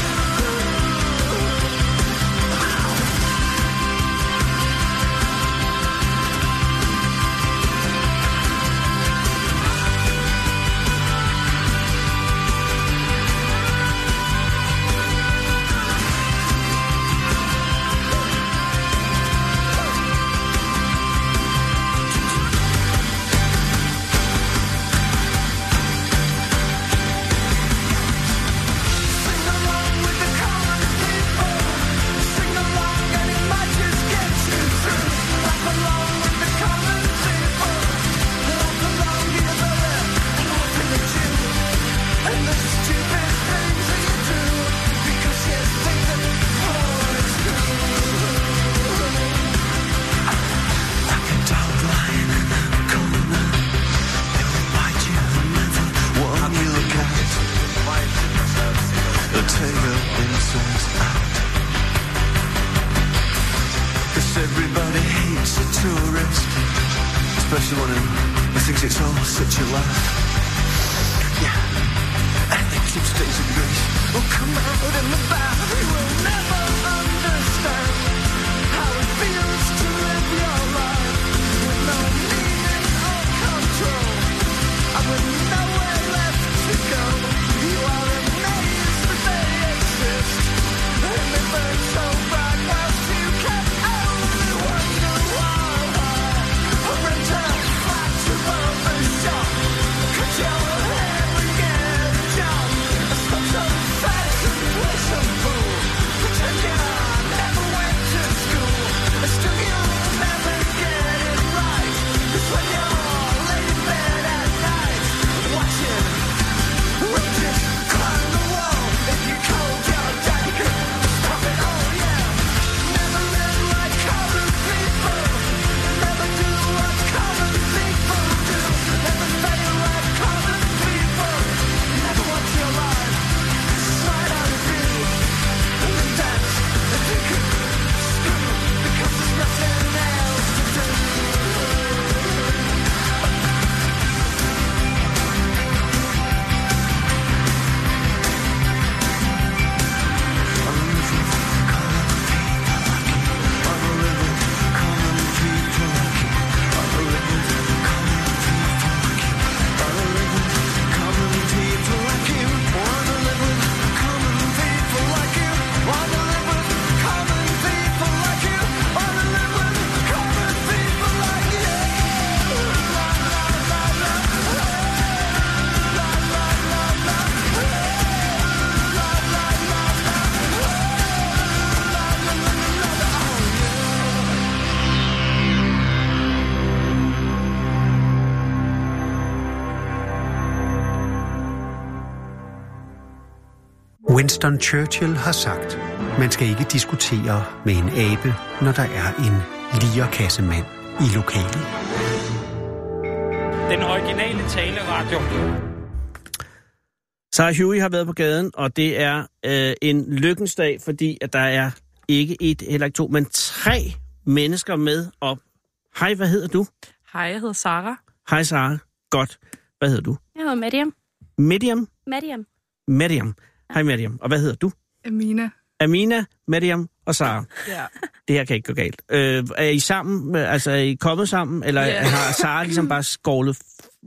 Sing along with the common people. Sing along and it might just get you through. Laugh along with the common people. Laugh along your brother and laughing at you. And the stupid things that you do because you think that oh it's cool. Like a dog lying in a corner, they will bite you and never warn you. They'll take your innocence out. 'Cause everybody hates a tourist, especially one who thinks it's all such a laugh. Yeah, and it keeps days of grace. will come out in the bath. You will never understand how it feels to live your life with no meaning or control, and with nowhere left to go. You are amazed that they exist, and they burn so bright whilst you can only wonder why. A rental flat above the shop. Cut your hair and get a job. A sort of fashion wishing fool. Pretend you never went to school. But still you'll never get it right. 'Cause when you're laid in bed at night, watching roaches climb the wall, if you cold your dagger, stop it all, yeah. Never live like common people. Never do what common people do. Never fail like common people. Never watch your life slide out of view. And then dance if you could screw because there's nothing else to do. Winston Churchill har sagt, man skal ikke diskutere med en abe, når der er en lierkassemand i lokalet. Den originale taleradio. Sarah Huey har været på gaden, og det er øh, en lykkens dag, fordi at der er ikke et eller to, men tre mennesker med op. Hej, hvad hedder du? Hej, jeg hedder Sara. Hej, Sara. Godt. Hvad hedder du? Jeg hedder Miriam. Medium? Miriam. Medium. Hej, Medium. Og hvad hedder du? Amina. Amina, Medium og Sara. Ja. Det her kan ikke gå galt. Øh, er I sammen? Altså, er I kommet sammen? Eller Ja. har Sara ligesom bare skålet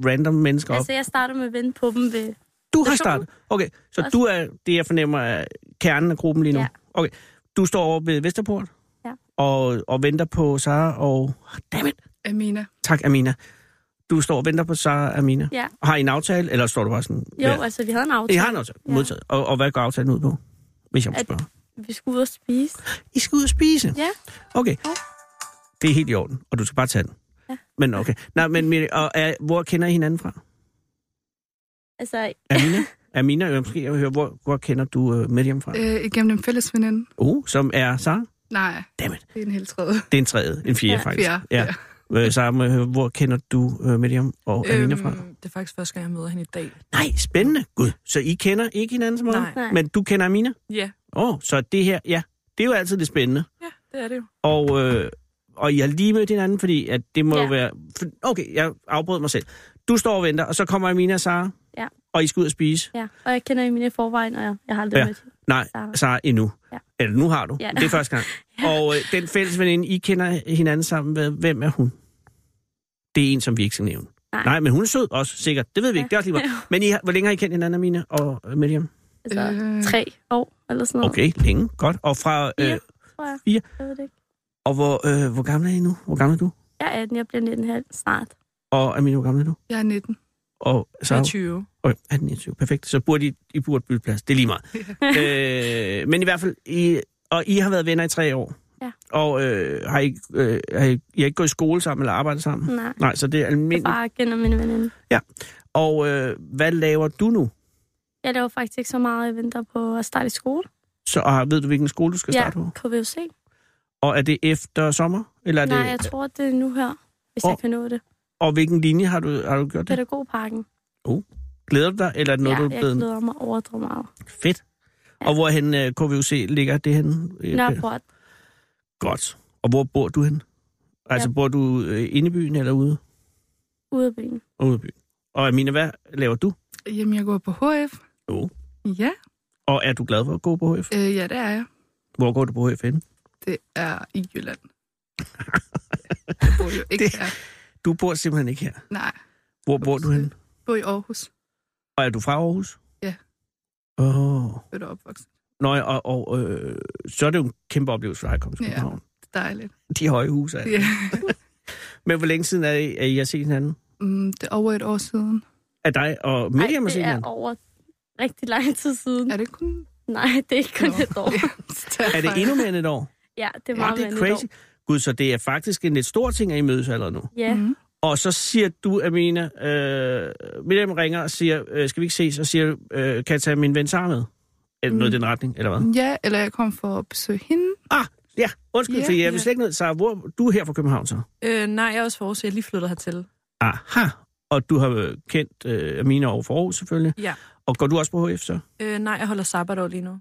random mennesker op? Altså, jeg starter med at vende på dem ved... Du har Personen. startet. Okay, så Også. du er det, jeg fornemmer, er kernen af gruppen lige nu. Ja. Okay, du står over ved Vesterport Ja. og, og venter på Sara og... Dammit. Amina. Tak, Amina. Du står og venter på Sara og Amina. Ja. Har I en aftale, eller står du bare sådan... Jo, ja. altså, vi havde en I aftale. har en aftale. Ja. Modtaget. Og, og hvad går aftalen ud på? Hvis jeg må At- spørge. Vi skulle ud og spise. I skal ud og spise. Ja. Okay. Ja. Det er helt i orden, og du skal bare tage den. Ja. Men okay. Nej, men Miri, og er, hvor kender I hinanden fra? Altså, Amina? Amina, øh, måske jeg vil høre, hvor, hvor kender du uh, Miriam fra? Øh, igennem en fælles veninde. Uh, som er Sara? Nej, Dammit. det er en helt tredje. Det er en tredje. En fjerde, ja, faktisk. fjerde, Ja. ja. Sammen, hvor kender du uh, Miriam og øhm. Amina fra? Det er faktisk første gang, jeg møder hende i dag. Nej, spændende. Gud, så I kender ikke hinanden så meget? Nej. nej. Men... Men du kender Amina? Ja, Åh, oh, så det her, ja, det er jo altid det spændende. ja det er det jo. Og, øh, og I har lige mødt hinanden, fordi at det må ja. Ja. jo være... for- Okay, jeg afbrød mig selv. Du står og venter, og så kommer Amina og Sara, Ja. og I skal ud og spise. Ja, og jeg kender mine i forvejen, og jeg, jeg har aldrig Ja. ja. mødt hende. Nej, Sara. Sara endnu. Ja. Eller nu har du. Ja. Det er første gang. Og øh, den fælles veninde, I kender hinanden sammen med, hvem er hun? Det er en, som vi ikke skal nævne. Nej. Nej men hun er sød også, sikkert. Det ved vi ikke, det er også lige meget. Men I, har- hvor længe har I kendt hinanden, Amina og øh, Miriam? Altså, Øh. øh... tre år eller sådan noget. Okay, længe. Godt. Og fra... Øh, Fire, tror jeg. fire. Jeg ved det ikke. og hvor, øh, hvor gammel er I nu? Hvor gammel er du? Jeg er 18, jeg bliver 19 her snart. Og Amina, hvor gammel er du? Jeg er 19. Og Så... Jeg er Sara? 20. Okay, 18-21, perfekt. Så burde I, I burde bytte plads. Det er lige meget. øh, men i hvert fald, I, og I har været venner i tre år. Ja. Og øh, har, I, øh, har I, I har ikke gået i skole sammen eller arbejdet sammen? Nej, Nej, så det er jeg almindeligt. bare kender mine veninde. Og øh, hvad laver du nu? Jeg laver faktisk ikke så meget, jeg venter på at starte i skole. Så og ved du, hvilken skole du skal ja, starte på? KVUC. Og er det efter sommer? Eller er Nej, det, jeg tror, det er nu her, hvis Og- jeg kan nå det. Og hvilken linje har du, har du gjort det? Pædagogparken. Glæder du dig, eller er det noget, ja, du er jeg blevet glæder mig overdrevet meget. fedt? Ja. Og hvorhen øh, KVUC ligger det henne? Øh, Nørreport. Godt. Og hvor bor du henne? Altså, Ja. bor du øh, inde i byen eller ude? ude af byen. Ude i byen. Og Amina, hvad laver du? Jamen, jeg går på HF. Jo. Ja, Og er du glad for at gå på HF? øh, ja, det er jeg. Hvor går du på HF henne? Det er i Jylland. jeg bor jo ikke Det- det... her. Du bor simpelthen ikke her. Nej, Hvor bor du henne? jeg bor i Aarhus. Og er du fra Aarhus? Ja. Åh. Oh. Født og opvokset. Nå, ja, og, og øh, så er det jo en kæmpe oplevelse for dig at komme til Ja. København. Det er dejligt. De høje huse er det. Ja. Men hvor længe siden er I, at I har set hinanden? Mm, det er over et år siden. Er dig og Miriam har det set er hinanden? over rigtig lang tid siden. Er det kun... Nej, det er ikke kun Nå. et år. Er det endnu mere end et år? Ja, det er Ja, meget det mere end er et crazy. år. Gud, så det er faktisk en lidt stor ting, at I mødes allerede nu. Ja, Mm. Og så siger du, Amina, øh, Miriam ringer og siger, øh, skal vi ikke ses? Og siger, øh, kan jeg tage min ven Sara med? Eller noget i Mm. den retning, eller hvad? Ja, eller jeg kom for at besøge hende. Ah, ja, undskyld, Ja, for jeg ja. vil slet ikke ned. Sara, hvor, du er her fra København så? Øh, nej, jeg er også for Aarhus, jeg er lige flyttet hertil. Aha, og du har øh, kendt øh, Amina over for Aarhus selvfølgelig. Ja. Og går du også på HF så? Øh, nej, jeg holder sabbatår lige nu.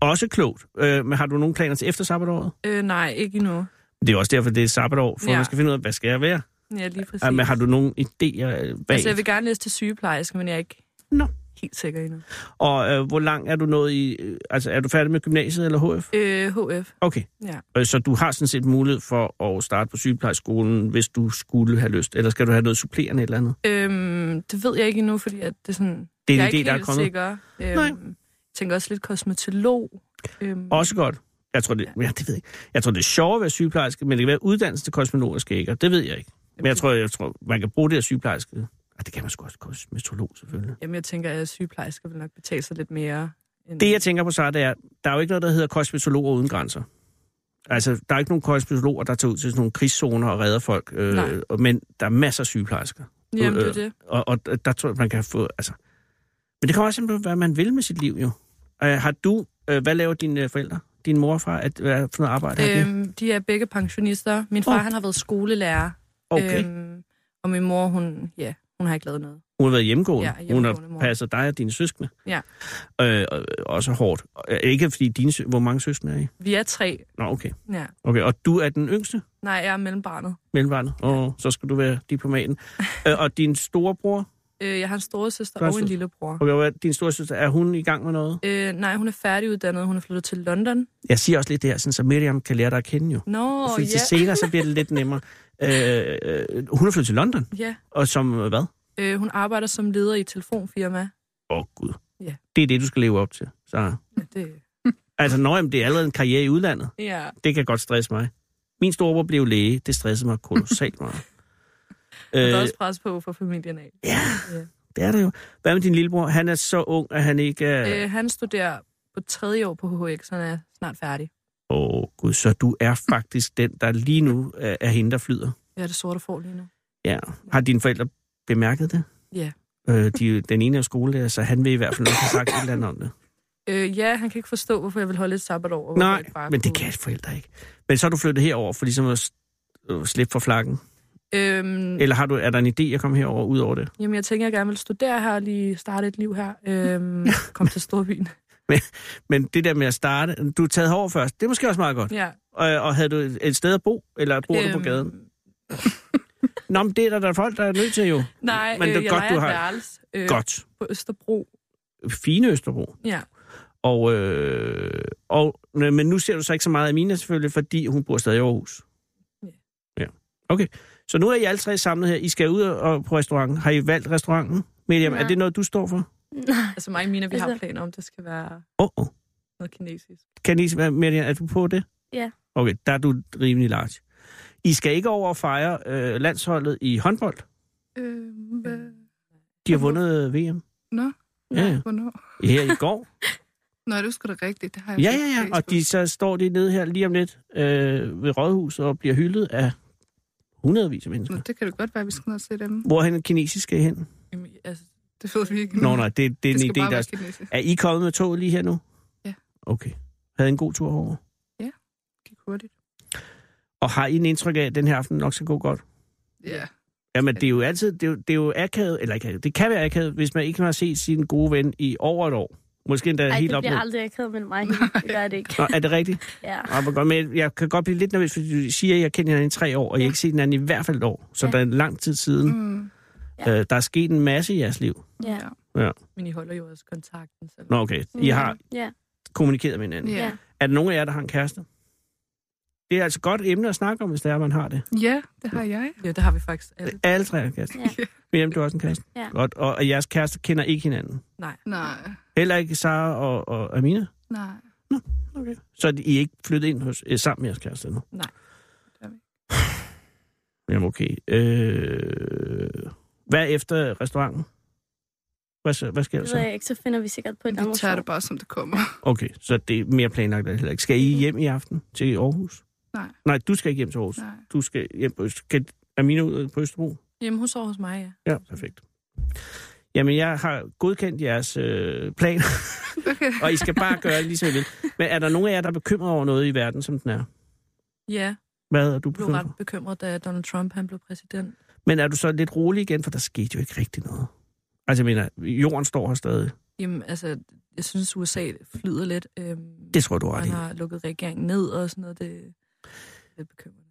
Også klogt. Øh, men har du nogen planer til efter sabbatåret? Øh, nej, ikke endnu. Det er også derfor, det er sabbatår, for ja. Ja. man skal finde ud af, hvad skal jeg være? Ja, lige præcis. Ja, men har du nogen idéer øh, bag? altså, jeg vil gerne læse til sygeplejerske, men jeg er ikke Nå. helt sikker endnu. Og øh, hvor langt er du nået i... Øh, altså, er du færdig med gymnasiet eller HF? Øh, HF. Okay. Ja. Øh, Så du har sådan set mulighed for at starte på sygeplejeskolen, hvis du skulle have lyst. Eller skal du have noget supplerende eller andet? Øhm, det ved jeg ikke endnu, fordi at det er sådan... Det er en jeg idé, ikke der er helt kommet. Sikker. Øhm, Nej. Jeg tænker også lidt kosmetolog. Øhm, Også godt. Jeg tror, det, ja, det ved jeg. ikke. jeg tror, det er sjovt at være sygeplejerske, men det kan være uddannelse til kosmetologer skal ikke, og det ved jeg ikke. Men jeg tror, jeg tror man kan bruge det her sygeplejerske. Ah, det kan man sgu også kosmetolog, selvfølgelig. Jamen, jeg tænker, at sygeplejersker vil nok betale sig lidt mere. End... Det, jeg tænker på, så det er, der er jo ikke noget, der hedder kosmetologer uden grænser. Altså, der er ikke nogen kosmetologer, der tager ud til sådan nogle krigszoner og redder folk. Øh, Nej. og- men der er masser af sygeplejersker. Jamen, det er øh, det. Og, og der tror jeg, man kan få... Altså. Men det kommer også an på, hvad man vil med sit liv, jo. Øh, har du... Øh, hvad laver dine øh, forældre? Din mor og far? At, hvad for noget arbejde har de? Øhm, de er begge pensionister. Min far, Åh. oh. han har været skolelærer. Okay. Øhm, og min mor, hun, ja, hun har ikke lavet noget. Hun har været hjemmegående. Ja, Hun hjemmegående har mor. passet dig og dine søskende. Ja. Øh, og- også hårdt. Øh, Ikke fordi dine... sø- Hvor mange søskende er I? Vi er tre. Nå, okay. Ja. okay. Og du er den yngste? Nej, jeg er mellembarnet. mellemvandet, og så skal du være diplomaten. øh, og din storebror, Øh, jeg har en store søster Du har en og en søster. lillebror. og hvad- din storesøster, er hun i gang med noget? Øh, nej, hun er færdiguddannet. Hun er flyttet til London. Jeg siger også lidt det her, sådan, så Miriam kan lære dig at kende jo. Nå, Fordi til ja. senere, så bliver det lidt nemmere. Øh, øh, hun er flyttet til London, ja. og som øh, hvad? Øh, hun arbejder som leder i et telefonfirma. Åh, oh, Gud. Ja. Det er det, du skal leve op til. Så. Ja, det... Altså, når det er allerede en karriere i udlandet, ja. det kan godt stresse mig. Min storebror blev læge, det stressede mig kolossalt meget. Øh, Der er også pres på for familien af. ja, Ja. det er det jo. Hvad med din lillebror? Han er så ung, at han ikke er... Øh, han studerer på tredje år på HHX, så han er snart færdig. Åh, oh, gud, så du er faktisk den, der lige nu er, er hende, der flyder. Ja, det sorte får lige nu. Ja. Har dine forældre bemærket det? Ja. Øh, de, den ene er skolelærer, så han vil i hvert fald nok have sagt et eller andet om det. Øh, ja, han kan ikke forstå, hvorfor jeg vil holde et sabbatår. og hvorfor jeg Nej, ikke bare men det kunne- kan forældre ikke. Men så er du flyttet herover for ligesom at s- øh, slippe for flakken. Mm. Øhm, Eller har du, er der en idé at komme herover ud over det? jamen, jeg tænker, jeg gerne vil studere her og lige starte et liv her. Øhm, kom til Storbyen. Men det der med at starte, du er taget herover først, det er måske også meget godt. Ja. Og, og havde du et, et sted at bo, eller bor øhm. du på gaden? Nå, men det er der, der er folk, der er nødt til jo. Nej, Men men det det er øh, jeg godt, leger du et har- værelse øh, Godt. på Østerbro. Fine Østerbro. Ja. Og, øh, og, nø- men nu ser du så ikke så meget af Mina selvfølgelig, fordi hun bor stadig i Aarhus. Ja. Ja. Okay. Så nu er I alle tre samlet her. I skal ud og på restauranten. Har I valgt restauranten? Miriam, Nej. er det noget, du står for? Nej, Altså mig og Mina, vi har Altså- planer om, det skal være Åh, oh, oh. noget kinesisk. Kan I, hvad, Miriam, er du på det? Ja. Okay, der er du rimelig large. I skal ikke over og fejre øh, landsholdet i håndbold. Øh, hvad? De har vundet øh, VM. Nå, Ja, ja. hvornår? Her i går. Nå, det er sgu da rigtigt. Det har jeg Ja, set på ja, ja. Og Facebook. de, så står de nede her lige om lidt øh, ved Rådhuset og bliver hyldet af hundredvis af mennesker. Nå, det kan det godt være, vi skal ned og se dem. Hvor er den kinesiske hen? Jamen, altså, Det ved vi ikke. Nå, nej, det, det er det en skal idé, bare der... være Er... kinesisk. er I kommet med toget lige her nu? Ja. Okay. Havde I en god tur over. Gik hurtigt. Og har I en indtryk af, at den her aften nok skal gå godt? Ja. Jamen, det er jo altid... Det er jo, det er jo akavet, eller ikke, akavet, det kan være akavet, hvis man ikke har set sin gode ven i over et år. Måske endda Ej, helt det op bliver mod. aldrig akavet mellem mig. Det gør det ikke. Nå, er det rigtigt? Ja. Nå, hvor godt, men jeg kan godt blive lidt nervøs, fordi du siger, at jeg kender hinanden i tre år, og jeg har ikke set hinanden i hvert fald et år. Så ja. Ja. der er lang tid siden. Mm. Ja. Øh, der er sket en masse i jeres liv. Ja. Ja. Men I holder jo også kontakten. Så... Nå, okay. I har Ja. kommunikeret med hinanden. Mm. Ja. Ja. Er der nogen af jer, der har en kæreste? Det er altså et godt emne at snakke om, hvis det er, man har det. Ja, det har jeg. ja, det har vi faktisk alle. Alle tre har en kæreste. Ja. Miriam, du har også en kæreste. Ja. Godt. Og, og jeres kæreste kender ikke hinanden. Nej. Nej, Heller ikke Sara og, og Amina. nej. Okay. Så er I er ikke flyttet ind hos, øh, sammen med jeres kæreste nu? Nej. Det er vi Jamen, okay. Øh, hvad er efter restauranten? Hvad, så, hvad sker der Det ved så? jeg ikke, så finder vi sikkert på et Vi andet tager det bare, som det kommer. Okay, så det er mere planlagt eller heller ikke. Skal I hjem i aften til Aarhus? Nej. Nej, du skal ikke hjem til Aarhus. Nej. Du skal hjem på Øst. Kan Amina ud på Østerbro? Jamen, hun sover hos mig, ja. Ja, perfekt. Jamen, jeg har godkendt jeres øh, plan, Okay. og I skal bare gøre det, ligesom I vil. Men er der nogen af jer, der er bekymret over noget i verden, som den er? Ja, Hvad er du jeg blev bekymret for? ret bekymret, da Donald Trump han blev præsident. Men er du så lidt rolig igen, for der skete jo ikke rigtig noget. Altså, jeg mener, jorden står her stadig. Jamen, altså, jeg synes, USA flyder lidt. Øhm, Det tror du har ret man i. har lukket regeringen ned og sådan noget. Det, det er bekymrende.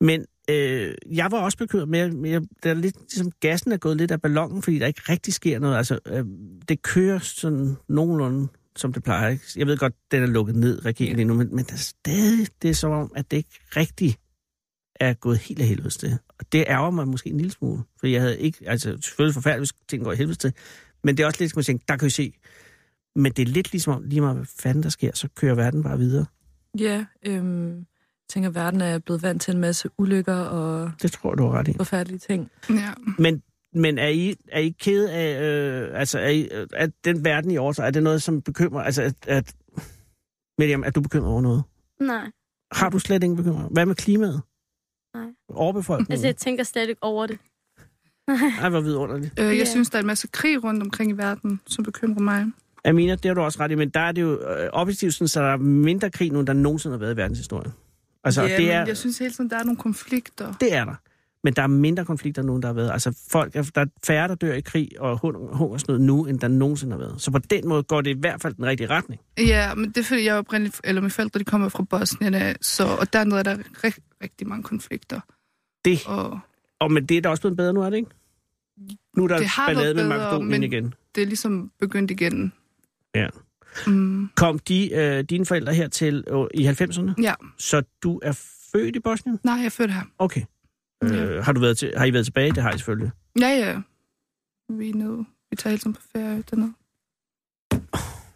Men øh, jeg var også bekymret med, med jeg- der er lidt, ligesom gassen er gået lidt af ballonen, fordi der ikke rigtig sker noget. Altså, øh, det kører sådan nogenlunde, som det plejer. Ikke? Jeg ved godt, den er lukket ned, regeringen lige nu, men, men der er stadig, det er som om, at det ikke rigtig er gået helt af helvedes til. Og det ærger mig måske en lille smule, for jeg havde ikke, altså selvfølgelig forfærdeligt, hvis ting går af helvedes til, men det er også lidt, som jeg tænkte, der kan vi se. Men det er lidt ligesom om, lige meget hvad fanden der sker, så kører verden bare videre. Ja, øhm, jeg tænker, at verden er blevet vant til en masse ulykker og Det tror jeg, du har ret i. forfærdelige ting. Ja. Men, men er, I, er I ked af, øh, altså er, I, øh, er den verden i år, så er det noget, som bekymrer, altså at, at Miriam, er du bekymret over noget? Nej. Har du slet ingen bekymring? Hvad med klimaet? Nej. Overbefolkningen? Altså, jeg tænker slet ikke over det. Ej, hvor vidunderligt. Øh, jeg Ja. synes, der er en masse krig rundt omkring i verden, som bekymrer mig. Amina, det har du også ret i, men der er det jo øh, objektivt sådan, så der er mindre krig nu, end der nogensinde har været i verdenshistorien. Altså, ja, det, er, men jeg synes hele tiden, der er nogle konflikter. det er der. Men der er mindre konflikter nu, end der har været. Altså, folk er, der er færre, der dør i krig og hun- hungersnød nu, end der nogensinde har været. Så på den måde går det i hvert fald den rigtige retning. Ja, men det er fordi, jeg er oprindeligt, eller mine forældre, de kommer fra Bosnien, af, så, og dernede er der rigtig, rigtig mange konflikter. Det Og Og men det er da også blevet bedre nu, er det ikke? Nu er der Det har været ballade med bedre, Makedonien men... men- igen. det er ligesom begyndt igen. Ja. Mm, Kom de, øh, dine forældre her til øh, i 90'erne? ja. Så du er født i Bosnien? Nej, jeg er født her. Okay. Ja. Øh, har, du været til, har I været tilbage? Det har I selvfølgelig. Ja, ja. Vi er nede. Vi tager hele tiden på ferie dernede.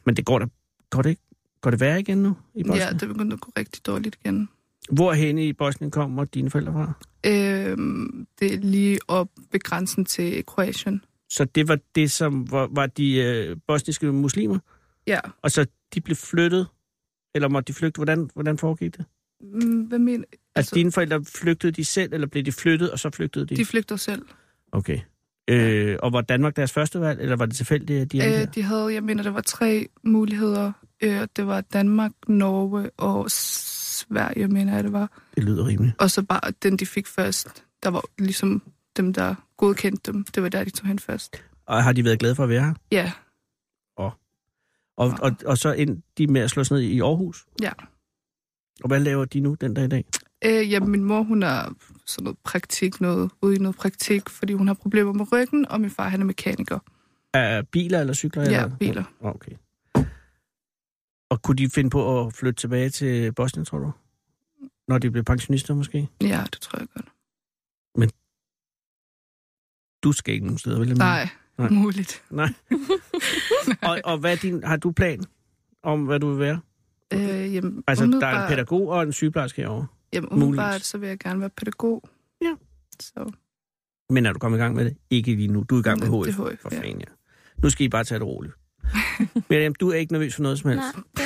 Men det går da går det, ikke- går det værre igen nu i Ja, Bosnien? det er begyndt at gå rigtig dårligt igen. Hvorhenne i Bosnien kommer dine forældre fra? Øhm, det er lige op ved grænsen til Kroatien. Så det var det, som var, var de øh, bosniske muslimer? Ja. Og så de blev flyttet? Eller måtte de flygte? Hvordan, hvordan foregik det? Altså, Mm, Hvad mener altså, dine forældre flygtede de selv, eller blev de flyttet, og så flygtede de? De flygter selv. Okay. Øh, og var Danmark deres første valg, eller var det tilfældigt, at de endte her? Øh, de havde, jeg mener, der var tre muligheder. Øh, og det var Danmark, Norge og Sverige, mener jeg, det var. Det lyder rimeligt. Og så bare den, de fik først. Der var ligesom dem, der godkendte dem. Det var der, de tog hen først. Og har de været glade for at være her? Ja, Og, Ja. og, og så endte de med at slås ned i Aarhus? Ja. Og hvad laver de nu den dag i dag? Øh, ja, min mor, hun er sådan noget praktik, noget, ude i noget praktik, fordi hun har problemer med ryggen, og min far, han er mekaniker. Er biler eller cykler? Ja, eller? biler. Nå, Okay. Og kunne de finde på at flytte tilbage til Bosnien, tror du? Når de blev pensionister måske? Ja, det tror jeg Mm. godt. Du skal ikke nogen steder, vel? Emil? Nej, Nej. Nej. muligt. Nej. og, og hvad er din, har du plan om, hvad du vil være? Øh, jamen, Altså, der er en umiddelbart- pædagog og en sygeplejerske herovre. Jamen, muligvis. umiddelbart, så vil jeg gerne være pædagog. Ja. Så, Men er du kommet i gang med det? Ikke lige nu. Du er i gang med Det- det HF. er HF, For ja. fanden, ja. Nu skal I bare tage det roligt. Miriam, du er ikke nervøs for noget som helst. Nej. det-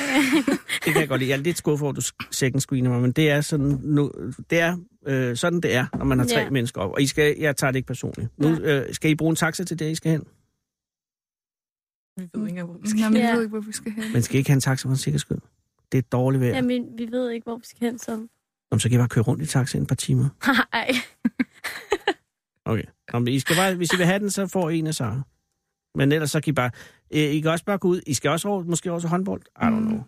Det kan jeg godt lide. Jeg er lidt skuffet over, at du second screener mig, men det er sådan, nu, det er, øh, sådan det er, når man har tre Ja. mennesker op. Og I skal, jeg tager det ikke personligt. Nu øh, skal I bruge en taxa til der, I skal hen. Vi ved ikke engang, hvor vi skal. Nå, men jeg Ja. ved ikke, hvor vi skal hen. Men skal I ikke have en taxa for en sikker skyld? Det er dårligt vejr. Jamen. Jamen, vi ved ikke, hvor vi skal hen, så... Så kan I bare køre rundt i taxa en par timer. Nej. Okay. Nå, men I skal bare, hvis I vil have den, så får I en af Sara. Men ellers så kan I bare... Øh, I kan også bare gå ud. I skal også over, måske også håndbold. I don't know.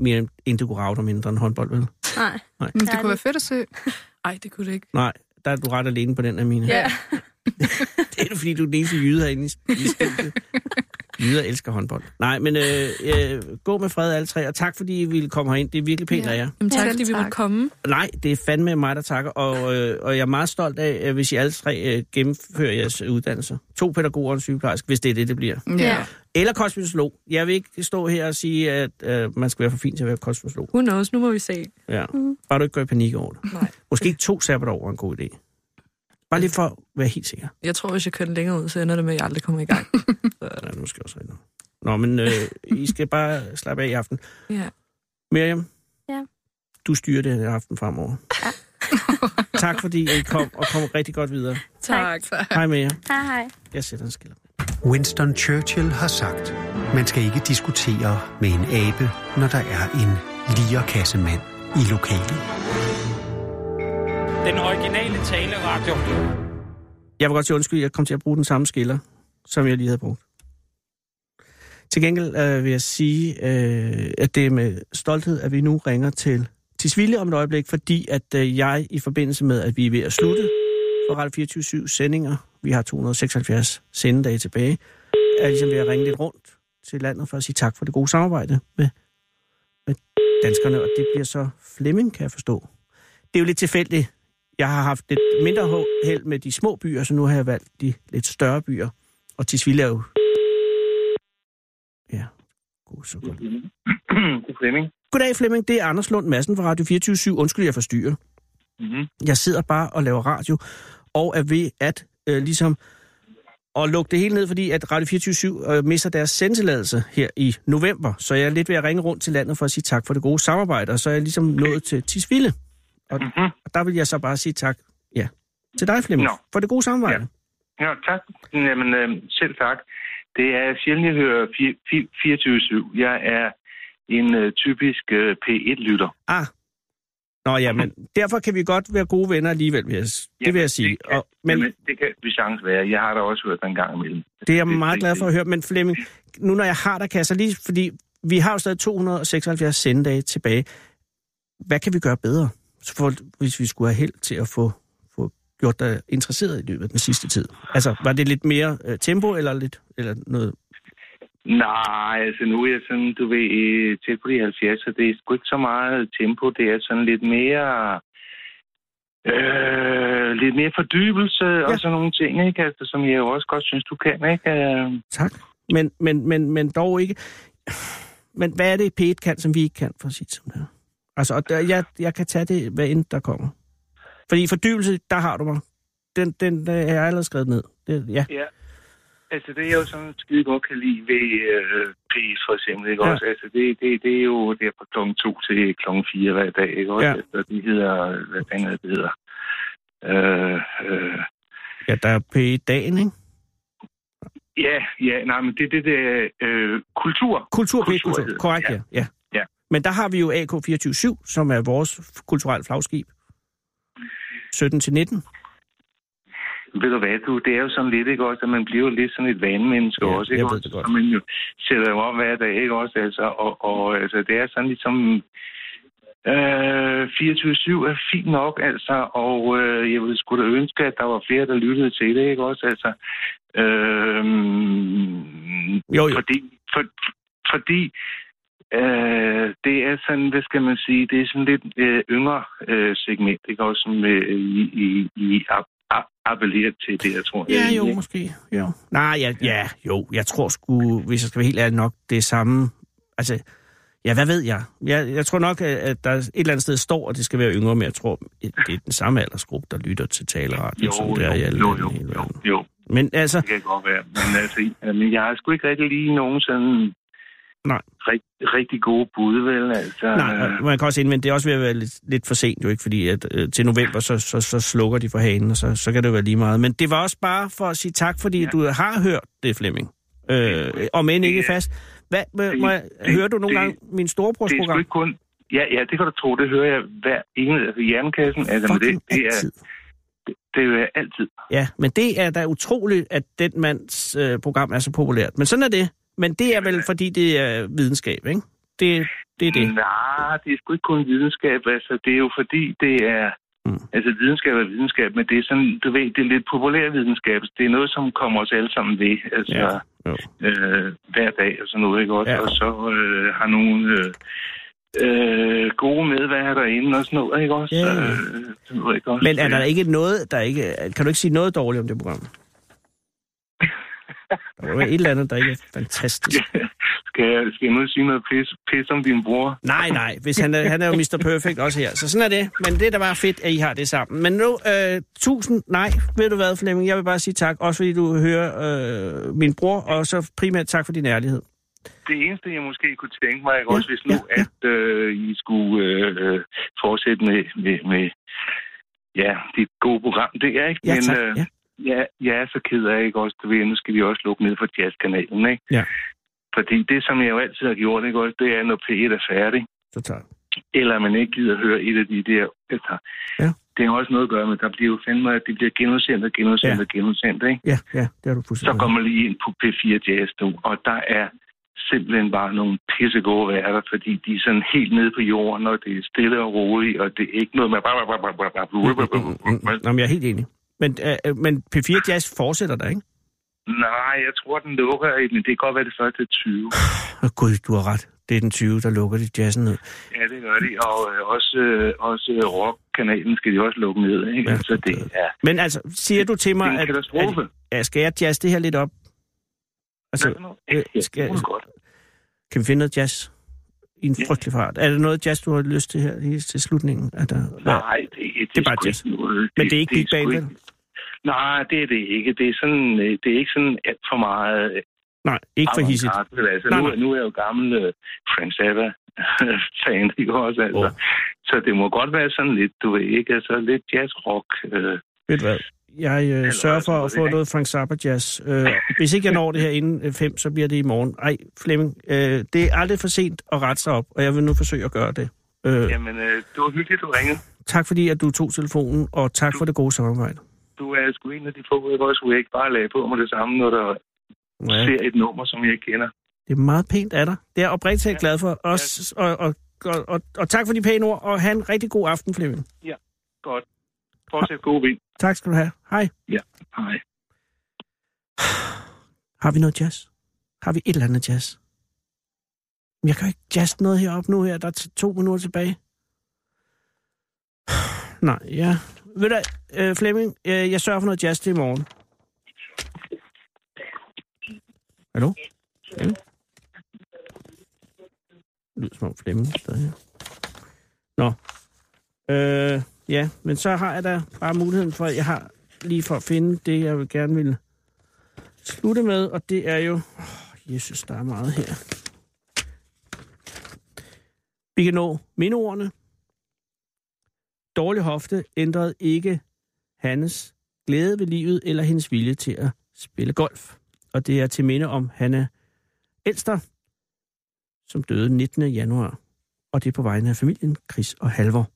Mere end- end du kunne rave dig mindre end håndbold, vel? Nej. Nej. Men Der det er kunne være fedt at se. Nej, det kunne det ikke. Nej, der er du ret alene på den, Amina. Ja. Det er du, fordi du er den eneste jyde herinde i i studiet. Jyder elsker håndbold. Nej, men øh, øh, gå med fred alle tre, og tak fordi I ville komme herind. Det er virkelig pænt Ja. af jer. Jamen, tak, Selv fordi vi måtte tak. komme. Nej, det er fandme mig, der takker, og, øh, og jeg er meget stolt af, øh, hvis I alle tre øh, gennemfører jeres uddannelser. To pædagoger og en sygeplejerske, hvis det er det, det bliver. Ja. Eller kosmetolog. Jeg vil ikke stå her og sige, at øh, man skal være for fin til at være kosmetolog. Who knows, nu må vi se. Mm. Ja. Bare du ikke går i panik over det. Nej. Måske to sabbatår er en god idé. Bare lige for at være helt sikker. Jeg tror, hvis jeg kører den længere ud, så ender det med, at jeg aldrig kommer i gang. Nej, nu skal jeg også rigtigt. Nå, men øh, I skal bare slappe af i aften. ja. Miriam? Ja. Du styrer det her aften fremover. Ja. tak fordi I kom, og kom rigtig godt videre. Tak. Hej med jer. Hej, hej. Jeg sætter en skiller. Winston Churchill har sagt, man skal ikke diskutere med en abe, når der er en lierkassemand i lokalet. Den originale taleradio. Jeg vil godt sige undskyld, jeg kom til at bruge den samme skiller, som jeg lige havde brugt. Til gengæld øh, vil jeg sige, øh, at det er med stolthed, at vi nu ringer til Tisvilde om et øjeblik, fordi at øh, jeg i forbindelse med, at vi er ved at slutte for Radio 24 sendinger, vi har 276 sendedage tilbage, er ligesom ved at ringe lidt rundt til landet for at sige tak for det gode samarbejde med, med danskerne, og det bliver så Flemming, kan jeg forstå. Det er jo lidt tilfældigt, jeg har haft lidt mindre held med de små byer, så nu har jeg valgt de lidt større byer. Og Tisvilde er jo... Ja, god så godt. Det er Flemming. Goddag Flemming, det er Anders Lund Madsen fra Radio 24 Undskyld, jeg forstyrrer. Mhm. Jeg sidder bare og laver radio, og er ved at øh, ligesom og lukke det hele ned, fordi at Radio 24 øh, mister deres sendtilladelse her i november. Så jeg er lidt ved at ringe rundt til landet for at sige tak for det gode samarbejde, og så er jeg ligesom nået til Tisvilde. Og, Mhm. og der vil jeg så bare sige tak ja, til dig, Flemming, Nå. for det gode samarbejde. Ja, tak. Jamen, øh, selv tak. Det er sjældent, jeg hører fi- fi- 24-7. Jeg er en øh, typisk øh, P1-lytter. Ah. Nå ja, men derfor kan vi godt være gode venner alligevel, vil jeg, s- det vil jeg sige. det kan- Og, men Men... Jamen, det kan vi sagtens være. Jeg har da også hørt den gang imellem. det er jeg meget glad for at høre. Men Flemming, nu når jeg har dig, kan jeg så lige... Fordi vi har jo stadig 276 sendedage tilbage. Hvad kan vi gøre bedre, Så for, hvis vi skulle have held til at få, få gjort dig interesseret i løbet af den sidste tid? Altså, var det lidt mere øh, tempo, eller lidt eller noget? Nej, altså nu er jeg sådan, du ved, øh, tæt på de 70, så det er sgu ikke så meget tempo. Det er sådan lidt mere... Øh, lidt mere fordybelse ja. Ja. og sådan nogle ting, ikke? Altså, som jeg jo også godt synes, du kan, ikke? Øh, Tak. Men, men, men, men dog ikke... Men hvad er det, P1 kan, som vi ikke kan, for at sige det som det er? Altså, og der, jeg, jeg kan tage det, hvad end der kommer. Fordi fordybelse, der har du mig. Den, den øh, jeg har jeg allerede skrevet ned. Det, ja. Ja. Altså, det er jo sådan skide godt kan lide ved øh, pris, for eksempel, ikke Ja. ja. også? Altså, det, det, det er jo der fra klokken 2 til klokken 4 hver dag, ikke også? Ja. Ja. Altså, det hedder, hvad fanden er det, det hedder? Øh, øh, ja, der er P1-dagen, ikke? ja, ja, nej, men det er det der øh, kultur. Kultur, P1 Kultur kultur. hedder Korrekt, det, ja. ja. Ja. Men der har vi jo AK247, som er vores f- kulturelle flagskib. 17-19. Ved du hvad, du, det er jo sådan lidt, ikke også, at man bliver jo lidt sådan et vanemenneske Ja, ja, også, ikke jeg ved også? det godt. Og man jo sætter jo op hver dag, ikke også? Altså, og, og altså, det er sådan ligesom... Øh, 24-7 er fint nok, altså, og øh, jeg ville sgu da ønske, at der var flere, der lyttede til det, ikke også? Altså, øhm, øh, Jo, jo. Fordi, for, fordi øh, det er sådan, hvad skal man sige, det er sådan lidt øh, yngre øh, segment, ikke også, som øh, I, I, I app- app- appellerer til det, jeg tror. Ja, jeg, jo, ikke? måske. Jo. øh, Nej, ja, ja, jo. Jeg tror sgu, hvis jeg skal være helt ærlig nok, det er samme... Altså, ja, hvad ved jeg? Jeg, jeg tror nok, at- at der et eller andet sted står, at det skal være yngre, men jeg tror, at det er den samme aldersgruppe, der lytter til taleradio, Jo, som det er i jo, alle jo, lande jo, i hele jo, verden. jo, Men altså, det kan godt være. Men altså, øh, men jeg har sgu ikke rigtig lige nogen sådan Nej. Rigt, rigtig gode bud, vel? Altså, nej, og øh, man kan også indvende, det er også ved at være lidt, lidt for sent jo ikke, fordi at, øh, til november, så, så, så slukker de for hanen, og så, så kan det jo være lige meget. Men det var også bare for at sige tak, fordi ja. Ja. du har hørt det, Flemming. Øh, om end ikke Det er- fast. Hvad, må, må jeg, det- hører du nogle det- gange min storebrors det er sgu program? ikke kun... Ja, ja, det kan du tro, det hører jeg hver eneste i jernkassen. Altså, men det, Fucking det, er, altid. det, det er jo altid. Ja, men det er da utroligt, at den mands øh, program er så populært. Men sådan er det. Men det er vel, fordi det er videnskab, ikke? Det, det er det. Nej, det er sgu ikke kun videnskab. Altså, det er jo fordi, det er... Mm. Altså, videnskab er videnskab, men det er sådan, du ved, det er lidt populær videnskab. Det er noget, som kommer os alle sammen ved, altså, ja. øh, hver dag og sådan noget, ikke også? Ja. Og så øh, har nogle øh, øh, gode medværter inde og sådan noget, ikke også? Ja. Øh, sådan noget, ikke også? Men er der ikke noget, der ikke... Kan du ikke sige noget dårligt om det program? Der må være et eller andet, der ikke er fantastisk. Skal jeg, skal jeg nu sige noget pis, pis om din bror? Nej, nej. Hvis han, er, han er jo Mr. Perfect også her. Så sådan er det. Men det er da bare fedt, at I har det sammen. Men nu, øh, tusind nej, ved du hvad, Flemming. Jeg vil bare sige tak, også fordi du hører øh, min bror, og så primært tak for din ærlighed. Det eneste, jeg måske kunne tænke mig, ikke også hvis nu, ja, ja. at øh, I skulle øh, øh, fortsætte med, med, med ja, dit gode program, det er ikke, Ja, men tak, øh, ja. ja, jeg er så ked af, ikke også, du ved, nu skal vi også lukke ned for jazzkanalen, ikke? Ja. Fordi det, som jeg jo altid har gjort, ikke også, det er, når P1 er færdig, Så tak. eller man ikke gider høre et af de der, altså, Ja. det har også noget at gøre med, der bliver jo fandme, at det bliver genudsendt og genudsendt ja. og genudsendt, ikke? Ja, ja, det har du Så fuldstændig. går man lige ind på P4 Jazz nu, og der er simpelthen bare nogle pissegode værter, fordi de er sådan helt nede på jorden, og det er stille og roligt, og det er ikke noget med... Uhuh, Mm, Nå, men jeg er helt enig. Men, øh, øh, men P4 Jazz fortsætter der, ikke? Nej, jeg tror, den lukker, men det kan godt være det første 20. Åh, Gud, du har ret. Det er den 20, der lukker det jazzen ned. Ja, det gør de, og øh, også, øh, også øh, rockkanalen skal de også lukke ned, ikke? Ja, så det er... Men altså, siger du til mig, Det er en at, katastrofe. at, at skal jeg jazz det her lidt op? Altså, øh, skal, kan vi finde noget jazz i en frygtelig fart? Er der noget jazz, du har lyst til her lige til slutningen? Er der, Nej, det, det, det er bare jazz. Noget, Men det er ikke Big sgu Band, ikke- Nej, det er det ikke. Det er, sådan, øh, det er ikke sådan alt for meget... øh, Nej, ikke for hissigt. avantgarde. Altså, Nej, nu, nej. nu er jeg jo gammel øh, Frank Zappa-fan, ikke også? Altså. Så det må godt være sådan lidt, du ved ikke, altså lidt jazz-rock. Øh. Ved du hvad? Jeg øh, sørger for at få noget Frank Zappa jazz. Øh, hvis ikke jeg når det her inden 5, så bliver det i morgen. Ej, Flemming, øh, det er aldrig for sent at rette sig op, og jeg vil nu forsøge at gøre det. Øh, Jamen, øh, det var hyggeligt, du ringede. tak fordi, at du tog telefonen, og tak for det gode samarbejde. Du er sgu en af de få, ikke også, hvor jeg ikke bare lagde på med det samme, når der Ja. ja. ser et nummer, som jeg kender. Det er meget pænt af dig. Det er jeg oprigtigt talt glad for. Også, og, og, og, og, og tak for de pæne ord, og have en rigtig god aften, Flemming. Ja, godt. Fortsæt god vind. Tak skal du have. Hej. Ja, hej. Har vi noget jazz? Har vi et eller andet jazz? Men Jeg kan jo ikke jazz noget heroppe nu her. Der er t- to minutter tilbage. Nej, ja. Ved du, hvad, øh, Flemming, øh, jeg sørger for noget jazz til i morgen. Hallo? Ja. Det lyder som om Flemming er stadig her. Nå. Øh, ja, men så har jeg da bare muligheden for, at jeg har lige for at finde det, jeg vil gerne ville slutte med, og det er jo... Oh, Jesus, der er meget her. Vi kan nå mindeordene. Dårlig hofte ændrede ikke Hannes glæde ved livet eller hendes vilje til at spille golf. Og det er til minde om Hanna Elster, som døde 19. januar. Og det er på vegne af familien Chris og Halvor.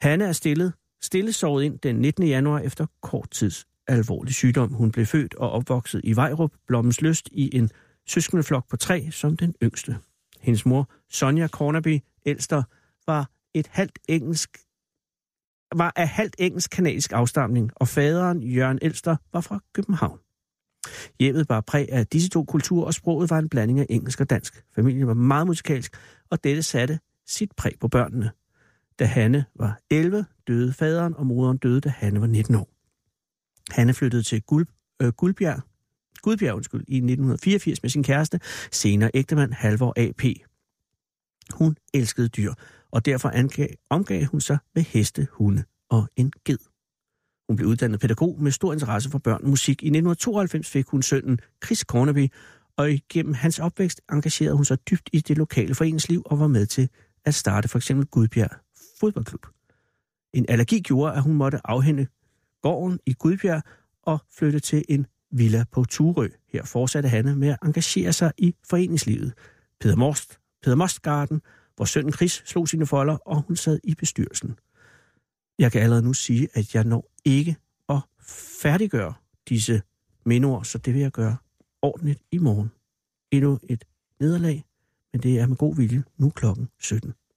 Hanna er stillet, stille sovet ind den 19. januar efter kort tids alvorlig sygdom. Hun blev født og opvokset i Vejrup, Blommens Lyst, i en søskendeflok på tre som den yngste. Hendes mor, Sonja Cornaby Elster, var et halvt engelsk var af halvt engelsk-kanadisk afstamning, og faderen, Jørgen Elster, var fra København. Hjemmet bar præg af disse to kulturer, og sproget var en blanding af engelsk og dansk. Familien var meget musikalsk, og dette satte sit præg på børnene. Da Hanne var 11, døde faderen, og moderen døde, da Hanne var 19 år. Hanne flyttede til Guld, øh, Guldbjerg, Gudbjerg undskyld, i 1984 med sin kæreste, senere ægtemand Halvor AP. Hun elskede dyr, og derfor angav, omgav hun sig med heste, hunde og en ged. Hun blev uddannet pædagog med stor interesse for børn og musik. I 1992 fik hun sønnen Chris Corneby, og igennem hans opvækst engagerede hun sig dybt i det lokale foreningsliv og var med til at starte for eksempel Gudbjerg fodboldklub. En allergi gjorde, at hun måtte afhænde gården i Gudbjerg og flytte til en villa på Turø. Her fortsatte Hanne med at engagere sig i foreningslivet. Peder Most, Peder Mostgarden, hvor sønnen Chris slog sine folder, og hun sad i bestyrelsen. Jeg kan allerede nu sige, at jeg når ikke at færdiggøre disse mindeord, så det vil jeg gøre ordentligt i morgen. endnu et nederlag, men det er med god vilje. Nu er klokken 17.